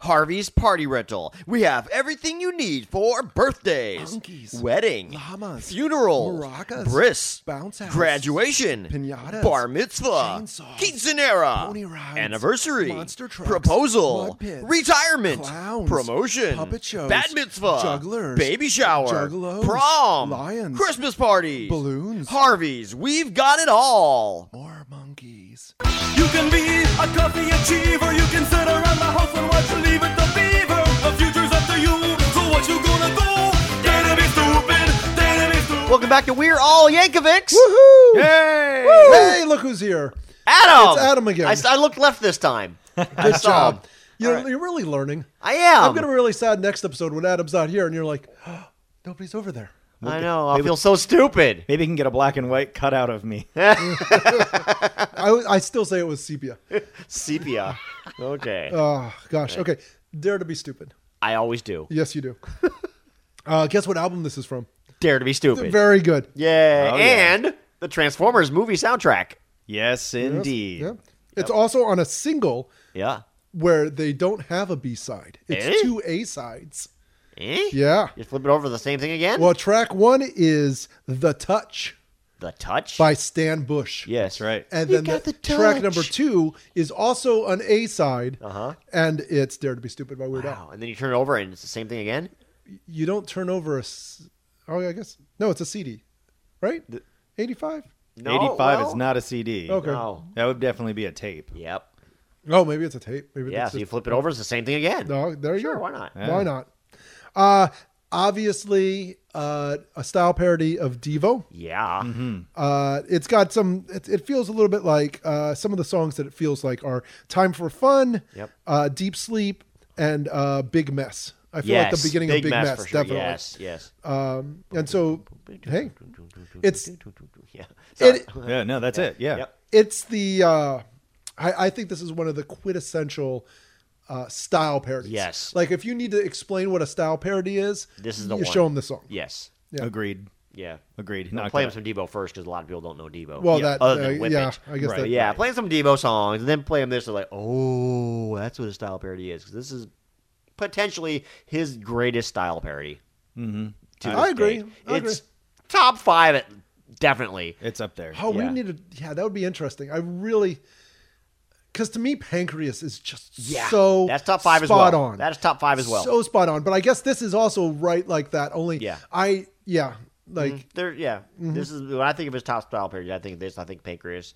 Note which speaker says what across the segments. Speaker 1: Harvey's Party Rental. We have everything you need for birthdays,
Speaker 2: Monkeys.
Speaker 1: wedding,
Speaker 2: Llamas.
Speaker 1: funerals,
Speaker 2: Maracas.
Speaker 1: bris,
Speaker 2: Bounce house.
Speaker 1: graduation,
Speaker 2: Piñatas.
Speaker 1: bar mitzvah,
Speaker 2: Chainsaws.
Speaker 1: quinceanera,
Speaker 2: Pony rides.
Speaker 1: anniversary,
Speaker 2: Monster trucks.
Speaker 1: proposal,
Speaker 2: Mud pits.
Speaker 1: retirement,
Speaker 2: Clowns.
Speaker 1: promotion,
Speaker 2: Puppet shows.
Speaker 1: bat mitzvah,
Speaker 2: Jugglers.
Speaker 1: baby shower,
Speaker 2: Juggalos.
Speaker 1: prom,
Speaker 2: Lions.
Speaker 1: Christmas parties,
Speaker 2: Balloons.
Speaker 1: Harvey's. We've got it all.
Speaker 2: More monkeys.
Speaker 3: You can be a coffee achiever. You can sit around the house and watch Leave It to Beaver. The future's up to you. So what you gonna do? Dare to be stupid. Dare to be stupid.
Speaker 1: Welcome back to We're All Yankovics.
Speaker 2: Woohoo!
Speaker 1: Hey!
Speaker 2: Hey, look who's here.
Speaker 1: Adam!
Speaker 2: It's Adam again.
Speaker 1: I, s- I looked left this time. I
Speaker 2: Good
Speaker 1: saw him.
Speaker 2: job. You're,
Speaker 1: All right. Um,
Speaker 2: you're really learning.
Speaker 1: I am.
Speaker 2: I'm gonna be really sad next episode when Adam's not here, and you're like, "Oh, nobody's over there.
Speaker 1: I know. I feel so stupid.
Speaker 4: Maybe you can get a black and white cutout of me.
Speaker 2: I, I still say it was sepia.
Speaker 1: Sepia. Okay.
Speaker 2: Oh gosh. Okay. Dare to be stupid.
Speaker 1: I always do.
Speaker 2: Yes, you do. uh, guess what album this is from?
Speaker 1: Dare to be stupid.
Speaker 2: Very good.
Speaker 1: yeah.
Speaker 4: Oh, yeah.
Speaker 1: and the Transformers movie soundtrack.
Speaker 4: Yes, indeed.
Speaker 2: Yeah. It's also on a single
Speaker 1: Yeah.
Speaker 2: where they don't have a B side. It's
Speaker 1: Eh?
Speaker 2: two A sides.
Speaker 1: Eh?
Speaker 2: Yeah.
Speaker 1: You flip it over the same thing again?
Speaker 2: Well, track one is "The Touch"
Speaker 1: The touch?
Speaker 2: by Stan Bush.
Speaker 4: Yes, right.
Speaker 2: And
Speaker 1: You
Speaker 2: then
Speaker 1: got
Speaker 2: the
Speaker 1: the
Speaker 2: track
Speaker 1: touch.
Speaker 2: number two is also an A side,
Speaker 1: Uh-huh.
Speaker 2: and it's "Dare to Be Stupid" by Weird Al.
Speaker 1: Wow. And then you turn it over and it's the same thing again?
Speaker 2: You don't turn over a. s- Oh, yeah, I guess no, it's a CD, right? Eighty-five.
Speaker 1: No.
Speaker 4: 85
Speaker 1: well,
Speaker 4: is not a CD.
Speaker 2: Okay.
Speaker 1: No.
Speaker 4: That would definitely be a tape.
Speaker 1: Yep.
Speaker 2: Oh, maybe it's a tape. Maybe
Speaker 1: Yeah.
Speaker 2: it's
Speaker 1: So you
Speaker 2: just-
Speaker 1: flip it over, it's the same thing again.
Speaker 2: No, there you
Speaker 1: Sure,
Speaker 2: go.
Speaker 1: why not?
Speaker 2: Why not? Uh, obviously, uh, a style parody of Devo.
Speaker 1: Yeah.
Speaker 2: Uh, it's got some. It, it feels a little bit like uh, some of the songs that it feels like are "Time for Fun,"
Speaker 1: Yep.
Speaker 2: uh, "Deep Sleep," and uh, "Big Mess." I feel like
Speaker 1: Yes.
Speaker 2: the beginning
Speaker 1: Big
Speaker 2: of "Big Mess,"
Speaker 1: for sure.
Speaker 2: definitely.
Speaker 1: Yes. Yes.
Speaker 2: Um, and so, hey, it's-
Speaker 1: yeah. Sorry.
Speaker 2: it-
Speaker 4: Yeah, no, that's it. Yeah.
Speaker 1: Yep.
Speaker 2: it's the. Uh, I, I think this is one of the quintessential uh, style parodies.
Speaker 1: Yes.
Speaker 2: Like if you need to explain what a style parody is,
Speaker 1: This is the
Speaker 2: you
Speaker 1: one.
Speaker 2: show them the song.
Speaker 1: Yes.
Speaker 2: Yeah.
Speaker 4: Agreed.
Speaker 1: Yeah.
Speaker 4: Agreed.
Speaker 1: No,
Speaker 4: Knock
Speaker 1: play
Speaker 4: it
Speaker 1: him
Speaker 4: out.
Speaker 1: some Debo first because a lot of people don't know Debo.
Speaker 2: Well,
Speaker 1: yeah.
Speaker 2: that
Speaker 1: other
Speaker 2: uh,
Speaker 1: than Whip
Speaker 2: yeah,
Speaker 1: It.
Speaker 2: I guess
Speaker 4: Right.
Speaker 2: that
Speaker 1: yeah, play him some Debo songs and then play him this. They're like, oh, that's what a style parody is. 'Cause this is potentially his greatest style parody. Mm-hmm.
Speaker 2: I agree. I
Speaker 1: it's
Speaker 2: agree.
Speaker 1: top five, at, definitely.
Speaker 4: It's up there.
Speaker 2: Oh,
Speaker 1: Yeah.
Speaker 2: we need to. Yeah, that would be interesting. I really, because to me, pancreas is just
Speaker 1: Yeah,
Speaker 2: so
Speaker 1: that's top five as
Speaker 2: spot
Speaker 1: well.
Speaker 2: on.
Speaker 1: That is top five as well.
Speaker 2: So spot on. But I guess this is also right like that. Only
Speaker 1: Yeah. Mm-hmm.
Speaker 2: I yeah like
Speaker 1: There, yeah.
Speaker 2: Mm-hmm.
Speaker 1: This is when I think of his top style parody. I think of this. I think Pancreas.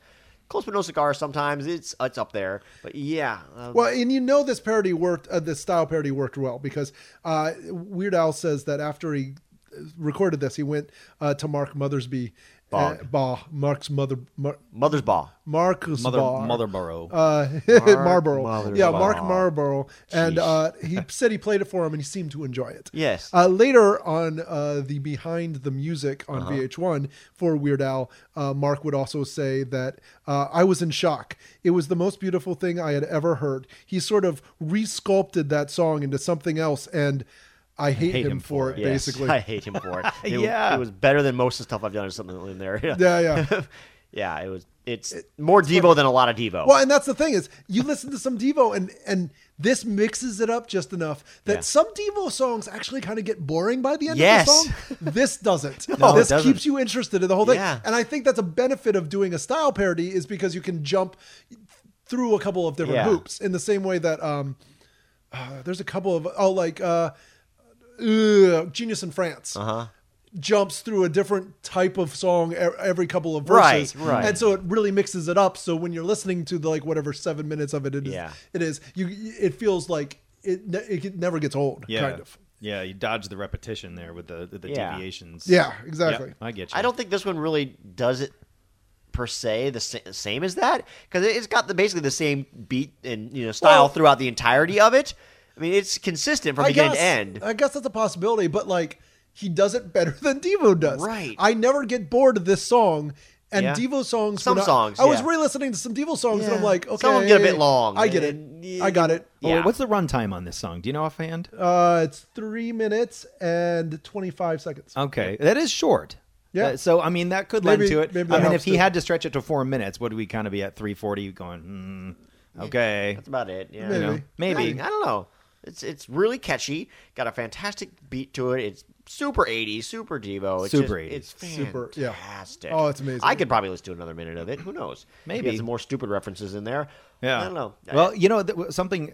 Speaker 1: Close but no cigar. Sometimes it's it's up there, but yeah. um,
Speaker 2: well, and you know this parody worked. Uh, this style parody worked well because uh, Weird Al says that after he uh, recorded this, he went uh, to Mark Mothersby.
Speaker 1: Bog.
Speaker 2: uh, Bah, Mark's mother, Mar-
Speaker 1: Mother's Ball.
Speaker 2: Marcus
Speaker 4: Mother
Speaker 2: Bah.
Speaker 4: Motherborough.
Speaker 2: uh, Marlboro.
Speaker 1: Marlboro.
Speaker 2: Yeah, Mark Marlboro. And uh, he said he played it for him and he seemed to enjoy it.
Speaker 1: Yes.
Speaker 2: Uh, later on uh, the Behind the Music on VH1 for Weird Al, uh, Mark would also say that uh, I was in shock. It was the most beautiful thing I had ever heard. He sort of resculpted that song into something else and I hate, him, for it,
Speaker 1: Yes,
Speaker 2: basically.
Speaker 1: I hate him for it. It, was-
Speaker 4: Yeah.
Speaker 1: it was better than most of the stuff I've done or something in there. Yeah,
Speaker 2: Yeah, yeah.
Speaker 1: it was. It's more Devo than a lot of Devo.
Speaker 2: Well, and that's the thing is, you listen to some Devo, and and this mixes it up just enough that
Speaker 1: Yeah.
Speaker 2: some Devo songs actually kind of get boring by the end
Speaker 1: Yes.
Speaker 2: of the song. This doesn't.
Speaker 4: No, it
Speaker 2: this
Speaker 4: doesn't.
Speaker 2: keeps you interested in the whole thing,
Speaker 1: Yeah.
Speaker 2: and I think that's a benefit of doing a style parody is because you can jump through a couple of different
Speaker 1: Yeah.
Speaker 2: hoops in the same way that um, uh, there's a couple of oh like uh, uh, Genius in France. Uh-huh. Jumps through a different type of song e- every couple of verses,
Speaker 1: Right, right.
Speaker 2: And so it really mixes it up. So when you're listening to the like whatever seven minutes of it, it is,
Speaker 1: Yeah.
Speaker 2: it is you. It feels like it. ne- It get- never gets old.
Speaker 4: yeah.
Speaker 2: Kind of.
Speaker 4: Yeah, you dodge the repetition there with the the
Speaker 1: Yeah.
Speaker 4: deviations.
Speaker 2: Yeah.
Speaker 4: Yep,
Speaker 2: Exactly.
Speaker 4: I get you.
Speaker 1: I don't think this one really does it per se the sa- same as that because it's got the basically the same beat and you know style
Speaker 2: Well-
Speaker 1: throughout the entirety of it. I mean, it's consistent from
Speaker 2: I
Speaker 1: beginning
Speaker 2: guess.
Speaker 1: to end.
Speaker 2: I guess that's a possibility, but like he does it better than Devo does.
Speaker 1: Right.
Speaker 2: I never get bored of this song. And
Speaker 1: Yeah.
Speaker 2: Devo songs.
Speaker 1: Some
Speaker 2: when I-
Speaker 1: songs,
Speaker 2: I, was
Speaker 1: yeah.
Speaker 2: re-listening to some Devo songs, and I'm
Speaker 1: Yeah.
Speaker 2: like, okay,
Speaker 1: Some of them get a bit long,
Speaker 2: I get it.
Speaker 1: and y-
Speaker 2: I got it.
Speaker 4: Well,
Speaker 1: Yeah.
Speaker 4: What's the runtime on this song? Do you know offhand?
Speaker 2: Uh, it's three minutes and twenty-five seconds.
Speaker 1: Uh,
Speaker 4: Okay, that is short.
Speaker 2: Yeah.
Speaker 4: That- so I mean, that could
Speaker 2: Maybe-
Speaker 4: lend to it.
Speaker 2: maybe that
Speaker 4: I mean,
Speaker 2: helps
Speaker 4: if he
Speaker 2: too.
Speaker 4: had to stretch it to four minutes, would we kind of be at three forty going? Mm, okay.
Speaker 1: That's about it. Yeah,
Speaker 2: Maybe.
Speaker 4: You know, maybe.
Speaker 1: I, I don't know. It's it's really catchy. Got a fantastic beat to it. It's super 80s, super Devo. It's
Speaker 4: Super
Speaker 1: just-
Speaker 4: 80s.
Speaker 1: It's
Speaker 2: Super- yeah.
Speaker 1: fantastic.
Speaker 2: Oh, it's amazing.
Speaker 1: I could probably listen to another minute of it. Who knows?
Speaker 4: Maybe.
Speaker 1: Get some more stupid references in there.
Speaker 4: Yeah.
Speaker 1: I don't know.
Speaker 4: Well, you know, th- something.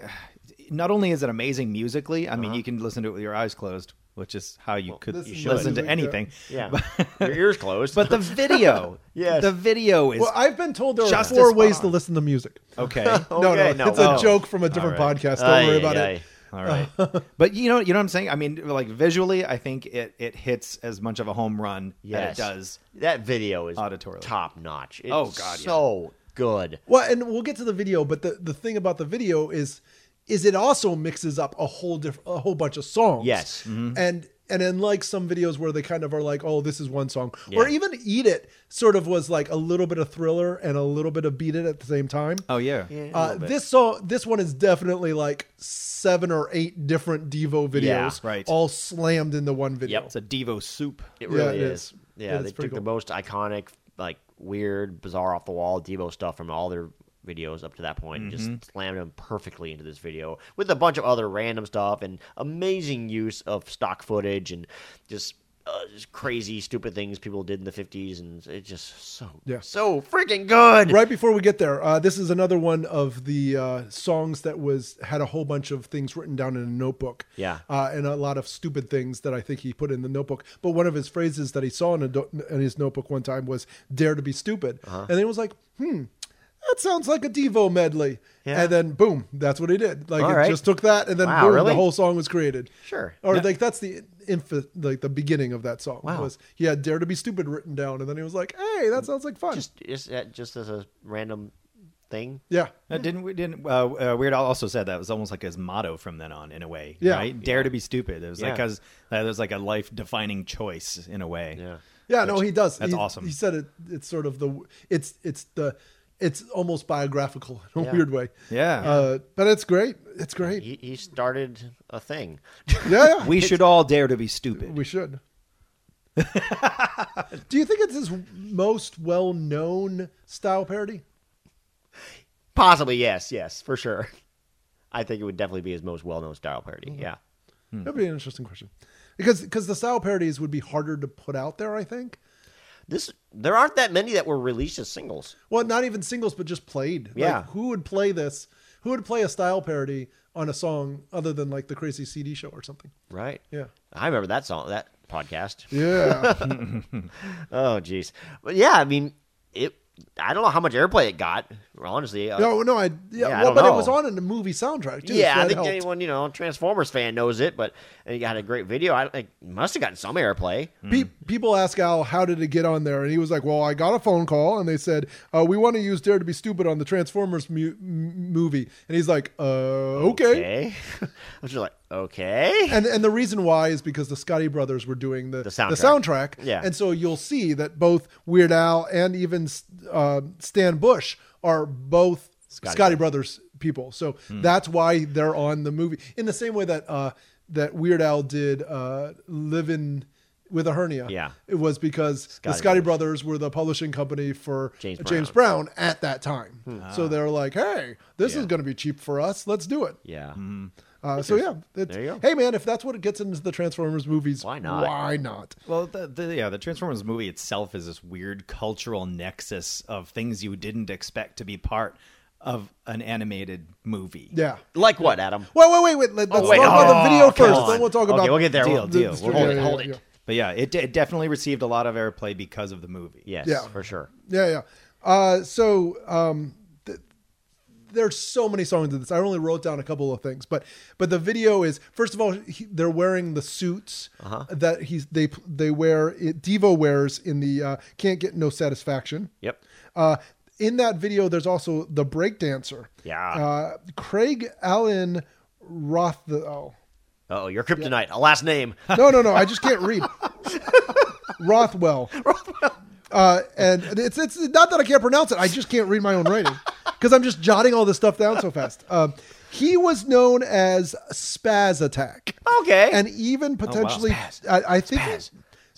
Speaker 4: Not only is it amazing musically, I mean,
Speaker 1: Uh-huh.
Speaker 4: you can listen to it with your eyes closed, which is how you could
Speaker 2: this is
Speaker 4: listen
Speaker 2: music,
Speaker 4: to
Speaker 2: yeah.
Speaker 4: anything.
Speaker 1: yeah. Your ears closed.
Speaker 4: But the video,
Speaker 1: Yes.
Speaker 4: the video is
Speaker 2: Well, I've been told there are
Speaker 4: Just
Speaker 2: four
Speaker 4: as
Speaker 2: ways
Speaker 4: fun.
Speaker 2: to listen to music.
Speaker 4: okay.
Speaker 2: No, no,
Speaker 1: Okay, no.
Speaker 2: it's a
Speaker 1: Oh.
Speaker 2: joke from a different
Speaker 4: All right.
Speaker 2: podcast. Don't worry
Speaker 1: Aye,
Speaker 2: about
Speaker 1: aye, aye.
Speaker 2: it.
Speaker 4: All right. but you know, you know what I'm saying? I mean, like visually, I think it it hits as much of a home run
Speaker 1: Yes.
Speaker 4: that it does.
Speaker 1: That video is
Speaker 4: Auditorily.
Speaker 1: top notch. It's
Speaker 4: Oh, God, yeah.
Speaker 1: So good.
Speaker 2: Well, and we'll get to the video, but the, the thing about the video is, is it also mixes up a whole diff- a whole bunch of songs.
Speaker 1: Yes. Mm-hmm.
Speaker 2: and and unlike some videos where they kind of are like, oh, this is one song, or
Speaker 1: Yeah.
Speaker 2: even Eat It sort of was like a little bit of Thriller and a little bit of Beat It at the same time.
Speaker 4: Oh yeah.
Speaker 1: Yeah. a
Speaker 2: Uh,
Speaker 1: little bit.
Speaker 2: this song, this one is definitely like seven or eight different Devo videos,
Speaker 1: Yeah,
Speaker 4: right.
Speaker 2: all slammed into one video.
Speaker 1: Yep.
Speaker 4: It's a Devo soup.
Speaker 1: It
Speaker 2: Yeah,
Speaker 1: really
Speaker 2: it
Speaker 1: is.
Speaker 2: is.
Speaker 1: Yeah,
Speaker 2: It is
Speaker 1: they
Speaker 2: pretty
Speaker 1: took the most iconic, like weird, bizarre, off the wall Devo stuff from all their videos up to that point and
Speaker 2: Mm-hmm.
Speaker 1: just slammed them perfectly into this video with a bunch of other random stuff and amazing use of stock footage and just. Uh, just crazy, stupid things people did in the '50s, and it's just so,
Speaker 2: Yeah.
Speaker 1: so freaking good.
Speaker 2: Right before we get there, uh, this is another one of the uh, songs that was had a whole bunch of things written down in a notebook.
Speaker 1: Yeah.
Speaker 2: uh, and a lot of stupid things that I think he put in the notebook. But one of his phrases that he saw in, a do- in his notebook one time was "Dare to be stupid,"
Speaker 1: Uh-huh.
Speaker 2: and then he was like, "Hmm, that sounds like a Devo medley."
Speaker 1: Yeah.
Speaker 2: And then boom, that's what he did. Like
Speaker 1: All
Speaker 2: it
Speaker 1: right.
Speaker 2: just took that, and then
Speaker 1: Wow,
Speaker 2: boom,
Speaker 1: really?
Speaker 2: the whole song was created.
Speaker 1: Sure.
Speaker 2: Or like that's the inf- like the beginning of that song.
Speaker 1: Wow. Mm.
Speaker 2: Was he had "Dare to be stupid" written down, and then he was like, "Hey, that sounds like fun."
Speaker 1: Just, just, uh, just as a random thing.
Speaker 2: yeah.
Speaker 4: Uh, didn't we? Didn't uh, uh, Weird Al also said that was almost like his motto from then on, in a way.
Speaker 2: Yeah.
Speaker 4: Right? Dare to be stupid. It was like
Speaker 1: Yeah.
Speaker 4: because that was like a life-defining choice in a way.
Speaker 1: Yeah.
Speaker 2: Yeah, no, he does.
Speaker 4: that's
Speaker 2: He-
Speaker 4: awesome.
Speaker 2: He said it. It's sort of the. It's it's the. It's almost biographical in a
Speaker 1: Yeah.
Speaker 2: weird way.
Speaker 4: Yeah.
Speaker 2: Uh, but it's great. It's great.
Speaker 1: He, he started a thing.
Speaker 2: Yeah, yeah.
Speaker 4: We should all dare to be stupid.
Speaker 2: We should. Do you think it's his most well-known style parody?
Speaker 1: Possibly, yes, yes, for sure. I think it would definitely be his most well-known style parody. Yeah,
Speaker 2: That'd be an interesting question, because because the style parodies would be harder to put out there. I think.
Speaker 1: this there aren't that many that were released as singles.
Speaker 2: Well, not even singles, but just played.
Speaker 1: Yeah.
Speaker 2: Like, who would play this? Who would play a style parody on a song other than like the Crazy CD Show or something?
Speaker 1: Right.
Speaker 2: Yeah.
Speaker 1: I remember that song, that podcast.
Speaker 2: Yeah.
Speaker 1: Oh, jeez. But yeah, I mean, it. I don't know how much airplay it got. Honestly, uh,
Speaker 2: No, no, I yeah.
Speaker 1: I
Speaker 2: well,
Speaker 1: don't
Speaker 2: but it
Speaker 1: know.
Speaker 2: was on in the movie soundtrack too. so
Speaker 1: yeah, I
Speaker 2: that
Speaker 1: think
Speaker 2: helped.
Speaker 1: anyone you know Transformers fan knows it. But and he got a great video. I it must have gotten some airplay.
Speaker 2: Pe- people ask Al how did it get on there, and he was like, "Well, I got a phone call, and they said uh, we want to use Dare to Be Stupid on the Transformers mu- m- movie," and he's like, "Uh, okay."
Speaker 1: Okay, I was just like, okay,
Speaker 2: And and the reason why is because the Scotty Brothers were doing the, the
Speaker 1: soundtrack.
Speaker 2: soundtrack.
Speaker 1: Yeah.
Speaker 2: and so you'll see that both Weird Al and even uh, Stan Bush are both Scotty, Brothers. people. So
Speaker 1: Hmm.
Speaker 2: that's why they're on the movie in the same way that uh, that Weird Al did uh, Living with a Hernia.
Speaker 1: Yeah.
Speaker 2: it was because the
Speaker 1: Scotty
Speaker 2: Scotty Brothers. were the publishing company for
Speaker 1: James Hmm. Ah.
Speaker 2: Brown at that time. So they're like, hey, this
Speaker 1: Yeah.
Speaker 2: is going to be cheap for us. Let's do it.
Speaker 1: yeah.
Speaker 2: Uh, so yeah, it's,
Speaker 1: There you go.
Speaker 2: hey man, if that's what it gets into the Transformers movies,
Speaker 1: Why not?
Speaker 2: Why not?
Speaker 4: Well, the, the, yeah, the Transformers movie itself is this weird cultural nexus of things you didn't expect to be part of an animated movie.
Speaker 2: Yeah.
Speaker 1: Like what, Adam?
Speaker 2: Wait, wait, wait, wait. Let, let's
Speaker 1: wait,
Speaker 2: talk about the
Speaker 1: oh,
Speaker 2: video
Speaker 1: come
Speaker 2: first.
Speaker 1: on.
Speaker 2: Then we'll talk
Speaker 1: Okay,
Speaker 2: about.
Speaker 1: we'll get there.
Speaker 4: Deal,
Speaker 1: We'll-
Speaker 4: deal.
Speaker 1: We'll
Speaker 4: We'll
Speaker 1: hold
Speaker 2: yeah,
Speaker 1: it.
Speaker 2: yeah,
Speaker 1: Hold
Speaker 2: yeah,
Speaker 1: it.
Speaker 4: But yeah, it, it definitely received a lot of airplay because of the movie.
Speaker 1: Yes,
Speaker 2: Yeah.
Speaker 1: for sure.
Speaker 2: Yeah, yeah. Uh, so um, th- there's so many songs in this. I only wrote down a couple of things, but but the video is first of all he, they're wearing the suits
Speaker 1: Uh-huh.
Speaker 2: that he's they they wear it, Devo wears in the uh, can't get no satisfaction.
Speaker 1: Yep.
Speaker 2: Uh, in that video, there's also the break dancer.
Speaker 1: Yeah.
Speaker 2: Uh, Craig Allen Roth. Oh,
Speaker 1: Oh, you're kryptonite. A last name.
Speaker 2: no, no, no. I just can't read. Rothwell. Rothwell. Uh, and it's it's not that I can't pronounce it. I just can't read my own writing because I'm just jotting all this stuff down so fast. Um, he was known as Spaz Attack.
Speaker 1: Okay. Oh,
Speaker 2: And even potentially,
Speaker 1: Spaz.
Speaker 2: I, I think
Speaker 1: Spaz.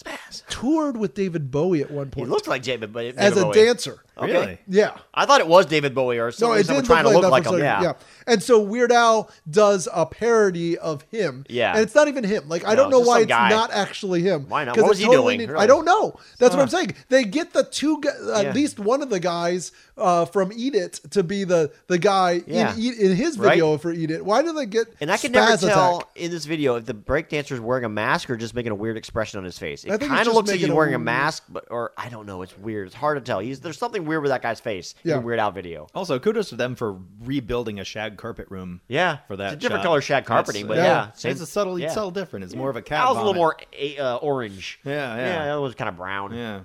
Speaker 1: Spaz.
Speaker 2: he toured with David Bowie at one
Speaker 1: He
Speaker 2: point
Speaker 1: looked like David, Oh. but
Speaker 2: as a dancer.
Speaker 1: Okay.
Speaker 4: Really?
Speaker 2: Yeah.
Speaker 1: I thought it was David Bowie or
Speaker 2: No,
Speaker 1: someone,
Speaker 2: it
Speaker 1: someone
Speaker 2: did
Speaker 1: trying
Speaker 2: look
Speaker 1: to look like
Speaker 2: like that
Speaker 1: him.
Speaker 2: for a
Speaker 1: Yeah.
Speaker 2: second, yeah. And so Weird Al does a parody of him.
Speaker 1: Yeah.
Speaker 2: And it's not even him. Like I don't
Speaker 1: it's
Speaker 2: know
Speaker 1: just
Speaker 2: why
Speaker 1: some
Speaker 2: it's
Speaker 1: guy.
Speaker 2: not actually him.
Speaker 1: Why not?
Speaker 2: 'Cause
Speaker 1: What
Speaker 2: it
Speaker 1: was he doing?
Speaker 2: need-
Speaker 1: Really?
Speaker 2: I don't know. That's what I'm saying. They get the two, gu- at
Speaker 1: Yeah.
Speaker 2: least one of the guys uh, from Eat It to be the the guy
Speaker 1: Yeah.
Speaker 2: in, Eat- in his
Speaker 1: Right?
Speaker 2: video for Eat It. Why do they get
Speaker 1: And I can never
Speaker 2: Spaz
Speaker 1: tell
Speaker 2: Attack?
Speaker 1: in this video if the breakdancer is wearing a mask or just making a weird expression on his face.
Speaker 2: I
Speaker 1: It
Speaker 2: think it's
Speaker 1: kind of
Speaker 2: just
Speaker 1: looks like he's
Speaker 2: making a
Speaker 1: wearing a
Speaker 2: weird-
Speaker 1: mask, but or I don't know. It's weird. It's hard to tell. He's there's something weird with that guy's face
Speaker 2: Yeah.
Speaker 1: in the Weird Al video.
Speaker 4: Also, kudos to them for rebuilding a shag carpet room.
Speaker 1: Yeah,
Speaker 4: for that
Speaker 1: it's a different
Speaker 4: shot.
Speaker 1: color shag
Speaker 4: That's-
Speaker 1: carpeting, but
Speaker 2: yeah.
Speaker 1: yeah,
Speaker 4: It's, a subtle,
Speaker 1: yeah.
Speaker 4: subtle different. It's more of a cat.
Speaker 1: Al's a little
Speaker 4: vomit.
Speaker 1: more a- uh, orange.
Speaker 4: Yeah, yeah.
Speaker 1: yeah. That was kind of brown.
Speaker 4: Yeah.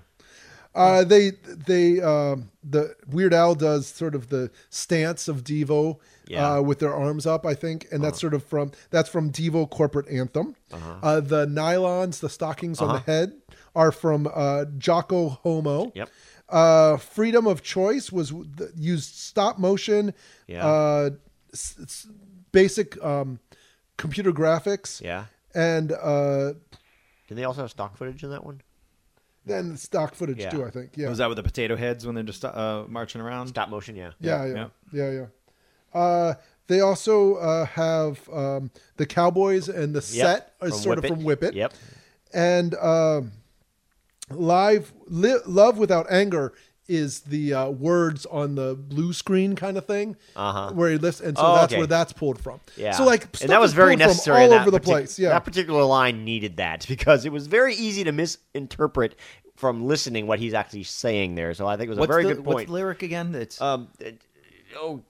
Speaker 2: Uh, they they um, the Weird Al does sort of the stance of Devo
Speaker 1: Yeah. Uh-huh.
Speaker 2: uh, with their arms up, I think, and that's sort of from that's from Devo corporate anthem. uh the nylons, the stockings on
Speaker 1: Uh-huh.
Speaker 2: the head, are from uh, Jocko Homo.
Speaker 1: Yep.
Speaker 2: Uh, freedom of choice was w- th- used stop motion.
Speaker 1: Yeah.
Speaker 2: Uh, s- s- basic um, computer graphics.
Speaker 1: Yeah.
Speaker 2: And uh,
Speaker 1: Did they also have stock footage in that one?
Speaker 2: then stock footage
Speaker 1: Yeah.
Speaker 2: too. I think. Yeah.
Speaker 4: Was that with the potato heads when they're just uh, marching around?
Speaker 1: Stop motion. Yeah.
Speaker 2: Yeah, yeah, yeah, yeah. Uh, they also uh, have um, the Cowboys and the
Speaker 1: Yep.
Speaker 2: set is
Speaker 1: From
Speaker 2: sort
Speaker 1: Whip
Speaker 2: of
Speaker 1: It.
Speaker 2: from Whip It.
Speaker 1: Yep.
Speaker 2: And um, live li- love without anger is the uh, words on the blue screen kind of thing
Speaker 1: Uh-huh.
Speaker 2: where he lifts, and so
Speaker 1: Oh,
Speaker 2: that's
Speaker 1: okay.
Speaker 2: where that's pulled from.
Speaker 1: Yeah.
Speaker 2: So like, stuff
Speaker 1: and that
Speaker 2: is
Speaker 1: was very
Speaker 2: pulled from
Speaker 1: necessary in
Speaker 2: all
Speaker 1: that
Speaker 2: over the
Speaker 1: partic-
Speaker 2: place. Yeah.
Speaker 1: that particular line needed that because it was very easy to misinterpret from listening what he's actually saying there. So I think it was
Speaker 4: What's
Speaker 1: a very
Speaker 4: the,
Speaker 1: good
Speaker 4: What's
Speaker 1: point.
Speaker 4: the lyric again? It's
Speaker 1: um, it- oh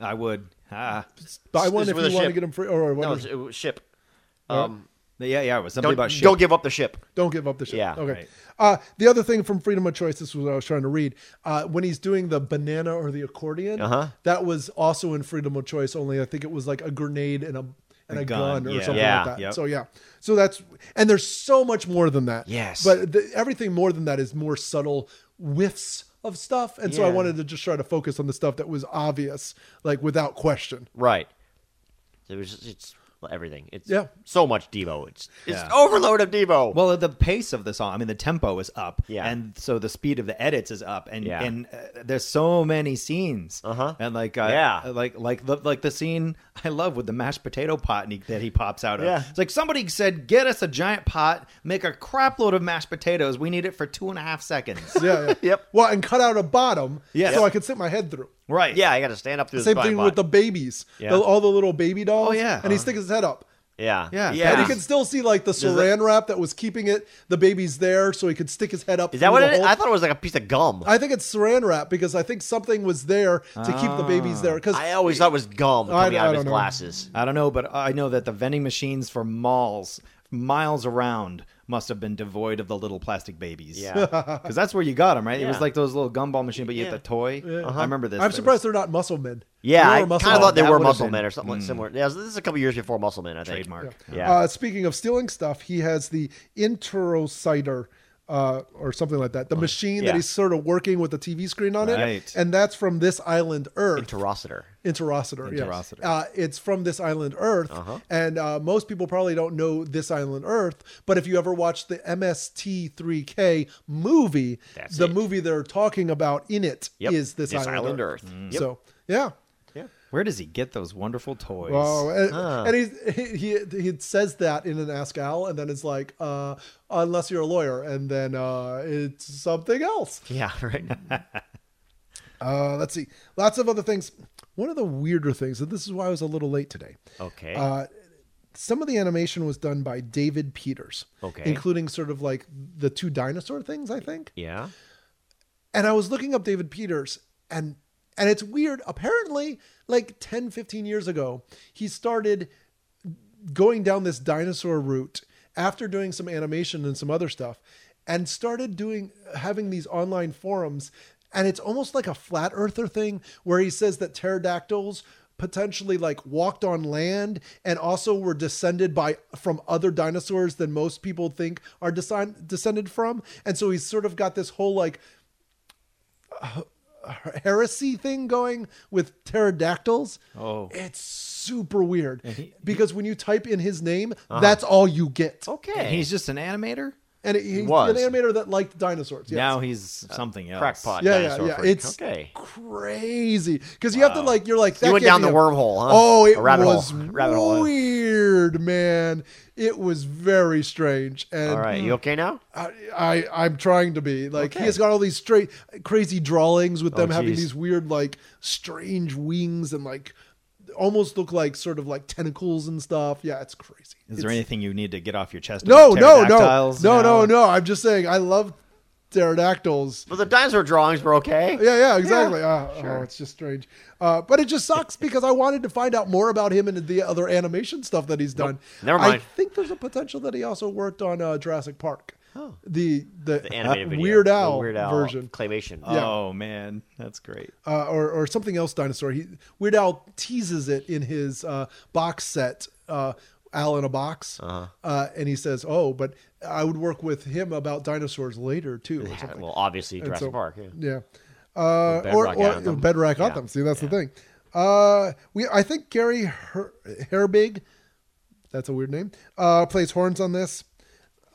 Speaker 4: I would. Ah.
Speaker 2: Buy one
Speaker 1: It's
Speaker 2: if you
Speaker 1: with a
Speaker 2: want to
Speaker 1: ship.
Speaker 2: get them free,
Speaker 1: no,
Speaker 2: or what
Speaker 1: it was,
Speaker 2: is-
Speaker 1: it was ship. Um,
Speaker 4: Yeah, yeah. It was something
Speaker 1: don't,
Speaker 4: about shit.
Speaker 1: don't give up the ship.
Speaker 2: Don't give up the ship.
Speaker 1: Yeah.
Speaker 2: Okay.
Speaker 4: Right.
Speaker 2: Uh, the other thing from Freedom of Choice, this was what I was trying to read. Uh, when he's doing the banana or the accordion,
Speaker 1: Uh-huh.
Speaker 2: that was also in Freedom of Choice, only I think it was like a grenade and a and
Speaker 4: A
Speaker 2: a, gun,
Speaker 4: gun,
Speaker 2: or
Speaker 4: yeah.
Speaker 2: something
Speaker 1: Yeah.
Speaker 2: like that.
Speaker 4: Yep.
Speaker 2: So yeah. So that's and there's so much more than that.
Speaker 1: Yes.
Speaker 2: But the, everything more than that is more subtle whiffs of stuff. And so I
Speaker 1: Yeah.
Speaker 2: wanted to just try to focus on the stuff that was obvious, like without question.
Speaker 1: Right. It was just- it's everything. It's
Speaker 2: Yeah.
Speaker 1: so much Devo. It's it's
Speaker 4: Yeah.
Speaker 1: overload of Devo.
Speaker 4: Well, the pace of the song, I mean, the tempo is up,
Speaker 1: Yeah.
Speaker 4: and so the speed of the edits is up, and
Speaker 1: Yeah.
Speaker 4: and uh, there's so many scenes,
Speaker 1: Uh-huh.
Speaker 4: and like uh,
Speaker 1: Yeah.
Speaker 4: like like the like the scene I love with the mashed potato pot and he, that he pops out of.
Speaker 1: Yeah.
Speaker 4: It's like somebody said, "Get us a giant pot, make a crapload of mashed potatoes. We need it for two and a half seconds."
Speaker 2: Yeah. yeah.
Speaker 1: Yep.
Speaker 2: Well, and cut out a bottom
Speaker 4: Yes.
Speaker 2: so
Speaker 4: Yep.
Speaker 2: I could sit my head through.
Speaker 4: right?
Speaker 1: yeah, I got to stand up through
Speaker 2: Same
Speaker 1: the spine
Speaker 2: thing
Speaker 1: bot.
Speaker 2: with the babies,
Speaker 1: Yeah.
Speaker 2: the, all the little baby dolls.
Speaker 4: Oh, yeah.
Speaker 2: and he sticks his head up.
Speaker 1: yeah,
Speaker 4: Yeah.
Speaker 1: yeah.
Speaker 2: And you can still see like the saran wrap that was keeping it the baby's there, so he could stick his head up.
Speaker 1: Is that what it is? I thought it was like a piece of gum. I,
Speaker 2: I think it's saran wrap because I think something was there to keep the babies there. Because
Speaker 1: Ah, always thought it was gum coming out
Speaker 2: I
Speaker 1: of his
Speaker 2: don't know.
Speaker 1: glasses.
Speaker 4: I don't know, but I know that the vending machines for malls miles around must have been devoid of the little plastic babies.
Speaker 1: Yeah.
Speaker 4: Because that's where you got them, right? It was
Speaker 1: Yeah.
Speaker 4: like those little gumball machines, but you
Speaker 1: Yeah.
Speaker 4: had the toy. I remember this.
Speaker 2: Uh-huh. I'm
Speaker 4: It
Speaker 2: surprised
Speaker 4: was
Speaker 2: they're not muscle men.
Speaker 1: Yeah, I
Speaker 2: They were
Speaker 1: kind of
Speaker 2: muscle men.
Speaker 1: thought they
Speaker 4: That
Speaker 1: were
Speaker 4: would've
Speaker 1: muscle
Speaker 4: been-
Speaker 1: men or something
Speaker 2: Hmm.
Speaker 1: similar. Yeah, this is a couple years before muscle men, I think.
Speaker 4: trademark.
Speaker 1: Yeah.
Speaker 2: Uh, speaking of stealing stuff, he has the interocider. Uh, or something like that. The machine that
Speaker 1: Oh, Yeah.
Speaker 2: he's sort of working with the TV screen on
Speaker 4: Right.
Speaker 2: it, and that's from this island Earth.
Speaker 1: Interocitor.
Speaker 2: Interocitor. yes.
Speaker 4: Interocitor.
Speaker 2: Uh, it's from this island Earth,
Speaker 1: Uh-huh.
Speaker 2: and uh, most people probably don't know this island Earth. But if you ever watched the MST3K movie,
Speaker 1: That's
Speaker 2: the
Speaker 1: it.
Speaker 2: movie they're talking about in it is
Speaker 1: Yep.
Speaker 2: this,
Speaker 1: This
Speaker 2: island,
Speaker 1: Island
Speaker 2: Earth.
Speaker 1: Earth. Mm. Yep.
Speaker 2: So yeah.
Speaker 4: Where does he get those wonderful toys?
Speaker 2: Wow, and, and he's- he, he he says that in an Ask Al, and then it's like, uh, unless you're a lawyer, and then uh, it's something else.
Speaker 1: Yeah, right.
Speaker 2: Uh, let's see, lots of other things. One of the weirder things, and this is why I was a little late today.
Speaker 1: Okay.
Speaker 2: Uh, some of the animation was done by David Peters,
Speaker 1: Okay.
Speaker 2: including sort of like the two dinosaur things, I think.
Speaker 1: yeah.
Speaker 2: And I was looking up David Peters and and it's weird apparently like 10 15 years ago he started going down this dinosaur route after doing some animation and some other stuff and started doing having these online forums and it's almost like a flat earther thing where he says that pterodactyls potentially like walked on land and also were descended by from other dinosaurs than most people think are design, descended from and so he's sort of got this whole like heresy thing going with pterodactyls.
Speaker 4: Oh.
Speaker 2: It's super weird. because when you type in his name, that's all you get.
Speaker 1: Uh-huh. Okay.
Speaker 4: And he's just an animator?
Speaker 2: and it, he's
Speaker 1: was.
Speaker 2: an animator that liked dinosaurs. Yes.
Speaker 4: Now he's something else.
Speaker 1: Uh, Crackpot.
Speaker 2: yeah, yeah,
Speaker 1: dinosaur
Speaker 2: yeah.
Speaker 1: freak.
Speaker 2: It's
Speaker 1: okay.
Speaker 2: crazy because you have to like you're like that
Speaker 1: You went
Speaker 2: can't
Speaker 1: down
Speaker 2: be
Speaker 1: the
Speaker 2: a-
Speaker 1: wormhole, huh?
Speaker 2: Oh, it
Speaker 1: A rabbit
Speaker 2: was
Speaker 1: hole. Rabbit hole. huh?
Speaker 2: weird, man. It was very strange, and
Speaker 1: All right, you okay now?
Speaker 2: I, I I'm trying to be like
Speaker 1: Okay. Oh,
Speaker 2: he has got all these straight crazy drawings with them having
Speaker 1: geez.
Speaker 2: these weird like strange wings and like almost look like sort of like tentacles and stuff. Yeah, it's crazy.
Speaker 4: Is there
Speaker 2: It's-
Speaker 4: anything you need to get off your chest?
Speaker 2: No, no,
Speaker 4: about
Speaker 2: no,
Speaker 4: pterodactyls
Speaker 2: no, no,
Speaker 4: now?
Speaker 2: no. I'm just saying I love pterodactyls.
Speaker 1: But the dinosaur drawings were okay.
Speaker 2: Yeah, yeah, exactly. Uh, Oh, it's just strange. Uh, but it just sucks because I wanted to find out more about him and the other animation stuff that he's done.
Speaker 1: Never
Speaker 2: I
Speaker 1: mind.
Speaker 2: think there's a potential that he also worked on uh, Jurassic Park.
Speaker 1: Oh.
Speaker 2: The the,
Speaker 1: The animated video.
Speaker 2: Uh, Weird
Speaker 1: the
Speaker 2: Owl
Speaker 1: Weird Al
Speaker 2: version
Speaker 1: claymation.
Speaker 2: Yeah.
Speaker 4: Oh man, that's great.
Speaker 2: uh, or or something else dinosaur. He Weird Al teases it in his uh, box set. Uh, Al in a box,
Speaker 1: Uh-huh.
Speaker 2: uh and he says, "Oh, but I would work with him about dinosaurs later too." Or
Speaker 1: Yeah,
Speaker 2: something.
Speaker 1: well, obviously Jurassic
Speaker 2: so-
Speaker 1: Park. Yeah.
Speaker 2: Yeah. Uh,
Speaker 1: Or
Speaker 2: or
Speaker 1: bedrock
Speaker 2: or
Speaker 1: on them.
Speaker 2: bedrock on
Speaker 1: Yeah.
Speaker 2: them. See, that's the thing. Uh, we I think Gary Her- Herbig, that's a weird name, uh, plays horns on this.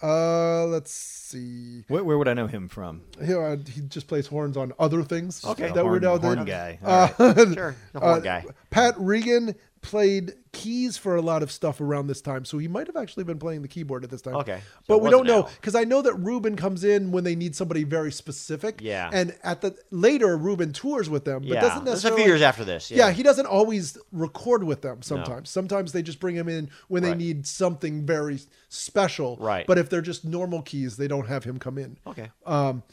Speaker 2: Uh, let's see.
Speaker 4: Where, where would I know him from?
Speaker 2: He, uh, he just plays horns on other things.
Speaker 1: Okay.
Speaker 2: that Uh,
Speaker 4: horn,
Speaker 2: Weird Al did.
Speaker 4: horn guy.
Speaker 1: Sure, the horn
Speaker 2: Uh,
Speaker 1: guy.
Speaker 2: Pat Regan played keys for a lot of stuff around this time, so he might have actually been playing the keyboard at this time.
Speaker 1: Okay. So
Speaker 2: but
Speaker 1: it
Speaker 2: we don't
Speaker 1: wasn't
Speaker 2: know
Speaker 1: Al.
Speaker 2: because I know that Ruben comes in when they need somebody very specific.
Speaker 1: Yeah.
Speaker 2: and at the later Ruben tours with them, but
Speaker 1: yeah,
Speaker 2: doesn't
Speaker 1: this is a
Speaker 2: necessarily.
Speaker 1: few years after this.
Speaker 2: yeah.
Speaker 1: Yeah,
Speaker 2: he doesn't always record with them. Sometimes, sometimes they just bring him in when they
Speaker 1: Right.
Speaker 2: need something very special.
Speaker 1: Right.
Speaker 2: But if they're just normal keys, they don't have him come in.
Speaker 1: okay.
Speaker 2: Um,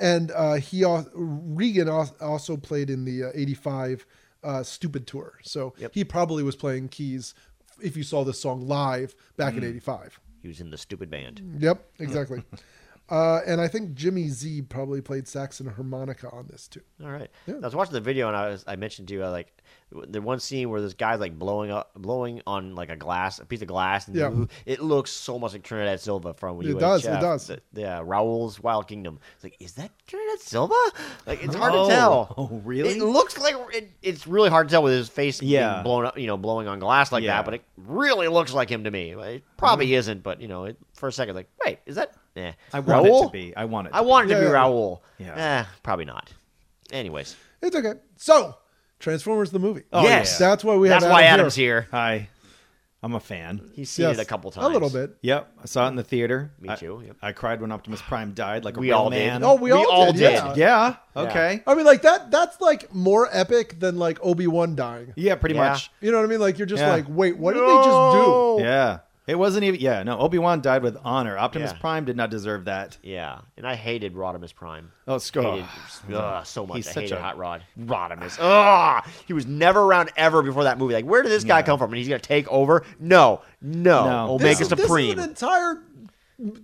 Speaker 2: and uh, he al- Regan al- also played in the uh, '85 uh, Stupid Tour, so he probably was playing keys if you saw this song live back
Speaker 4: Mm-hmm.
Speaker 2: in '85.
Speaker 1: He was in the stupid band.
Speaker 2: Yep, exactly. uh, and I think Jimmy Z probably played sax and harmonica on this too.
Speaker 1: All right. I was watching the video and I was I mentioned to you uh, like the one scene where this guy's like blowing up, blowing on like a glass, a piece of glass, and
Speaker 2: Yeah.
Speaker 1: it looks so much like Trinidad Silva from
Speaker 2: It does, it
Speaker 1: UHF,
Speaker 2: does.
Speaker 1: the- yeah, Raoul's Wild Kingdom. It's like, is that Trinidad Silva? Like, it's hard
Speaker 4: Oh.
Speaker 1: to tell.
Speaker 4: Oh, really?
Speaker 1: It looks like it, it's really hard to tell with his face
Speaker 4: Yeah.
Speaker 1: being blown up, you know, blowing on glass like
Speaker 4: Yeah. Mm-hmm.
Speaker 1: that. But it really looks like him to me. It probably isn't, but you know, it, for a second, like, wait, is that? Eh.
Speaker 4: I want it
Speaker 1: Raoul?
Speaker 4: to be. I want it.
Speaker 1: I want it to
Speaker 2: Yeah,
Speaker 1: be
Speaker 2: yeah.
Speaker 1: Raoul.
Speaker 4: Yeah.
Speaker 1: Eh, probably not. Anyways.
Speaker 2: It's okay. So Transformers the movie.
Speaker 4: Oh,
Speaker 1: yes.
Speaker 4: yeah.
Speaker 2: That's why we have
Speaker 1: That's why
Speaker 2: Adam
Speaker 1: Adam's here.
Speaker 4: Hi, I'm a fan.
Speaker 1: He's seen
Speaker 2: Yes,
Speaker 1: it a couple times.
Speaker 2: a little bit.
Speaker 4: Yep, I saw it in the theater.
Speaker 1: Me
Speaker 4: I-
Speaker 1: too, yep.
Speaker 4: I cried when Optimus Prime died, like a
Speaker 1: We
Speaker 4: real
Speaker 1: all did.
Speaker 4: man.
Speaker 2: Oh, we,
Speaker 1: We all did.
Speaker 2: Yeah.
Speaker 4: yeah. Okay.
Speaker 2: I mean, like that—that's like more epic than like Obi Wan dying.
Speaker 4: Yeah, pretty
Speaker 1: Yeah.
Speaker 4: much.
Speaker 2: You know what I mean? Like you're just
Speaker 4: Yeah.
Speaker 2: like, wait, what did they just
Speaker 1: No.
Speaker 4: Yeah. It wasn't even. Yeah. No. Obi Wan died with honor. Optimus
Speaker 1: Yeah.
Speaker 4: Prime did not deserve that.
Speaker 1: Yeah, and I hated Rodimus Prime.
Speaker 4: Oh, Scott.
Speaker 1: Hated, ugh, so much.
Speaker 4: He's
Speaker 1: I
Speaker 4: such
Speaker 1: hated
Speaker 4: a-
Speaker 1: Hot Rod. Rodimus. Ugh! He was never around ever before that movie. Like, where did this guy come from? And he's going to take over? No, no.
Speaker 4: No.
Speaker 2: do?
Speaker 1: Omega
Speaker 2: this, is- this is
Speaker 1: Supreme.
Speaker 2: an entire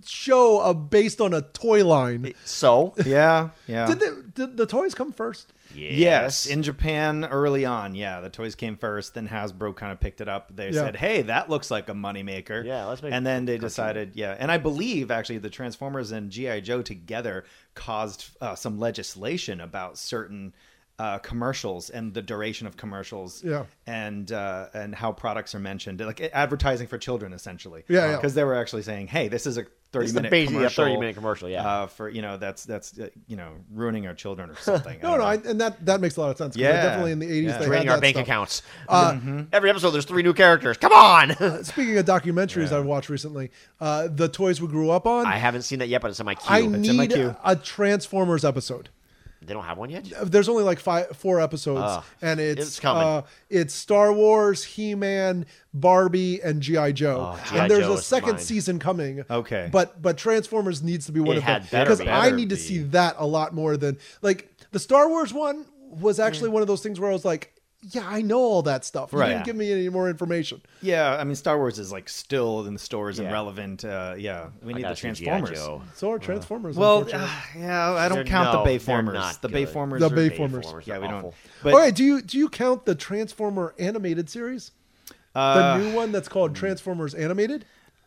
Speaker 2: show uh, based on a toy line.
Speaker 1: so,
Speaker 4: Yeah. Yeah.
Speaker 2: Did, they, did the toys come first?
Speaker 4: Yes, in Japan early on, yeah, the toys came first. Then Hasbro kind of picked it up. They
Speaker 2: Yeah.
Speaker 4: said, "Hey, that looks like a moneymaker."
Speaker 1: Yeah, let's make
Speaker 4: And then they decided, yeah, and I believe actually the Transformers and GI Joe together caused uh, some legislation about certain uh, commercials and the duration of commercials,
Speaker 2: Yeah.
Speaker 4: and uh, and how products are mentioned, like advertising for children, essentially.
Speaker 2: Yeah, yeah.
Speaker 4: because they were actually saying, "Hey, this is a." 30
Speaker 1: This is
Speaker 4: minute
Speaker 1: basically a
Speaker 4: commercial,
Speaker 1: 30-minute commercial, yeah.
Speaker 4: uh, for you know that's that's uh, you know ruining our children or something
Speaker 2: No,
Speaker 4: I don't
Speaker 2: no,
Speaker 4: know.
Speaker 2: I, and that that makes a lot of sense. 'cause
Speaker 4: Yeah.
Speaker 2: definitely in the '80s
Speaker 4: Yeah.
Speaker 2: they
Speaker 1: Draining
Speaker 2: had
Speaker 1: our
Speaker 2: that
Speaker 1: bank
Speaker 2: stuff. Uh, mm-hmm.
Speaker 1: accounts. Every episode, there's three new characters. Come on!
Speaker 2: Speaking of documentaries I've watched recently, uh, the toys we grew up on.
Speaker 1: I
Speaker 2: I,
Speaker 1: haven't seen that yet, but it's in my queue.
Speaker 4: It's in my
Speaker 2: need
Speaker 4: queue.
Speaker 2: a Transformers episode.
Speaker 1: they don't have one yet?
Speaker 2: There's only like five, four episodes,
Speaker 1: Ah,
Speaker 2: and it's
Speaker 1: it's coming.
Speaker 2: Uh, it's Star Wars, He Man, Barbie, and GI Joe.
Speaker 1: Oh, G.I.
Speaker 2: and there's
Speaker 1: Joe
Speaker 2: a
Speaker 1: is
Speaker 2: second
Speaker 1: mine.
Speaker 2: season coming.
Speaker 4: Okay.
Speaker 2: but but Transformers needs to be one
Speaker 1: It
Speaker 2: of them
Speaker 1: had better
Speaker 2: because
Speaker 1: be.
Speaker 2: I
Speaker 1: Better
Speaker 2: need to
Speaker 1: be.
Speaker 2: see that a lot more than like the Star Wars one was
Speaker 1: Mm.
Speaker 2: actually one of those things where I was like, yeah, I know all that stuff. You
Speaker 4: Right.
Speaker 2: didn't give me any more information.
Speaker 4: Yeah, I mean, Star Wars is like still in the stores and
Speaker 1: Yeah.
Speaker 4: relevant. Uh, yeah, we need
Speaker 1: I gotta
Speaker 4: the
Speaker 1: see G.I.
Speaker 4: Transformers.
Speaker 1: Joe.
Speaker 2: So are Transformers.
Speaker 4: Well,
Speaker 1: uh,
Speaker 2: unfortunately.
Speaker 4: ah, yeah, I don't
Speaker 1: They're-
Speaker 4: count
Speaker 1: no,
Speaker 4: the
Speaker 1: they're
Speaker 4: Bayformers.
Speaker 1: not
Speaker 4: The
Speaker 1: good.
Speaker 4: Bayformers.
Speaker 2: The
Speaker 4: are-
Speaker 2: Bayformers. Bayformers
Speaker 1: are
Speaker 4: Yeah, we
Speaker 1: awful.
Speaker 4: don't. But
Speaker 2: all right. Do you do you count the Transformer animated series?
Speaker 1: Uh,
Speaker 2: the
Speaker 1: hmm.
Speaker 2: new one that's called Transformers Animated.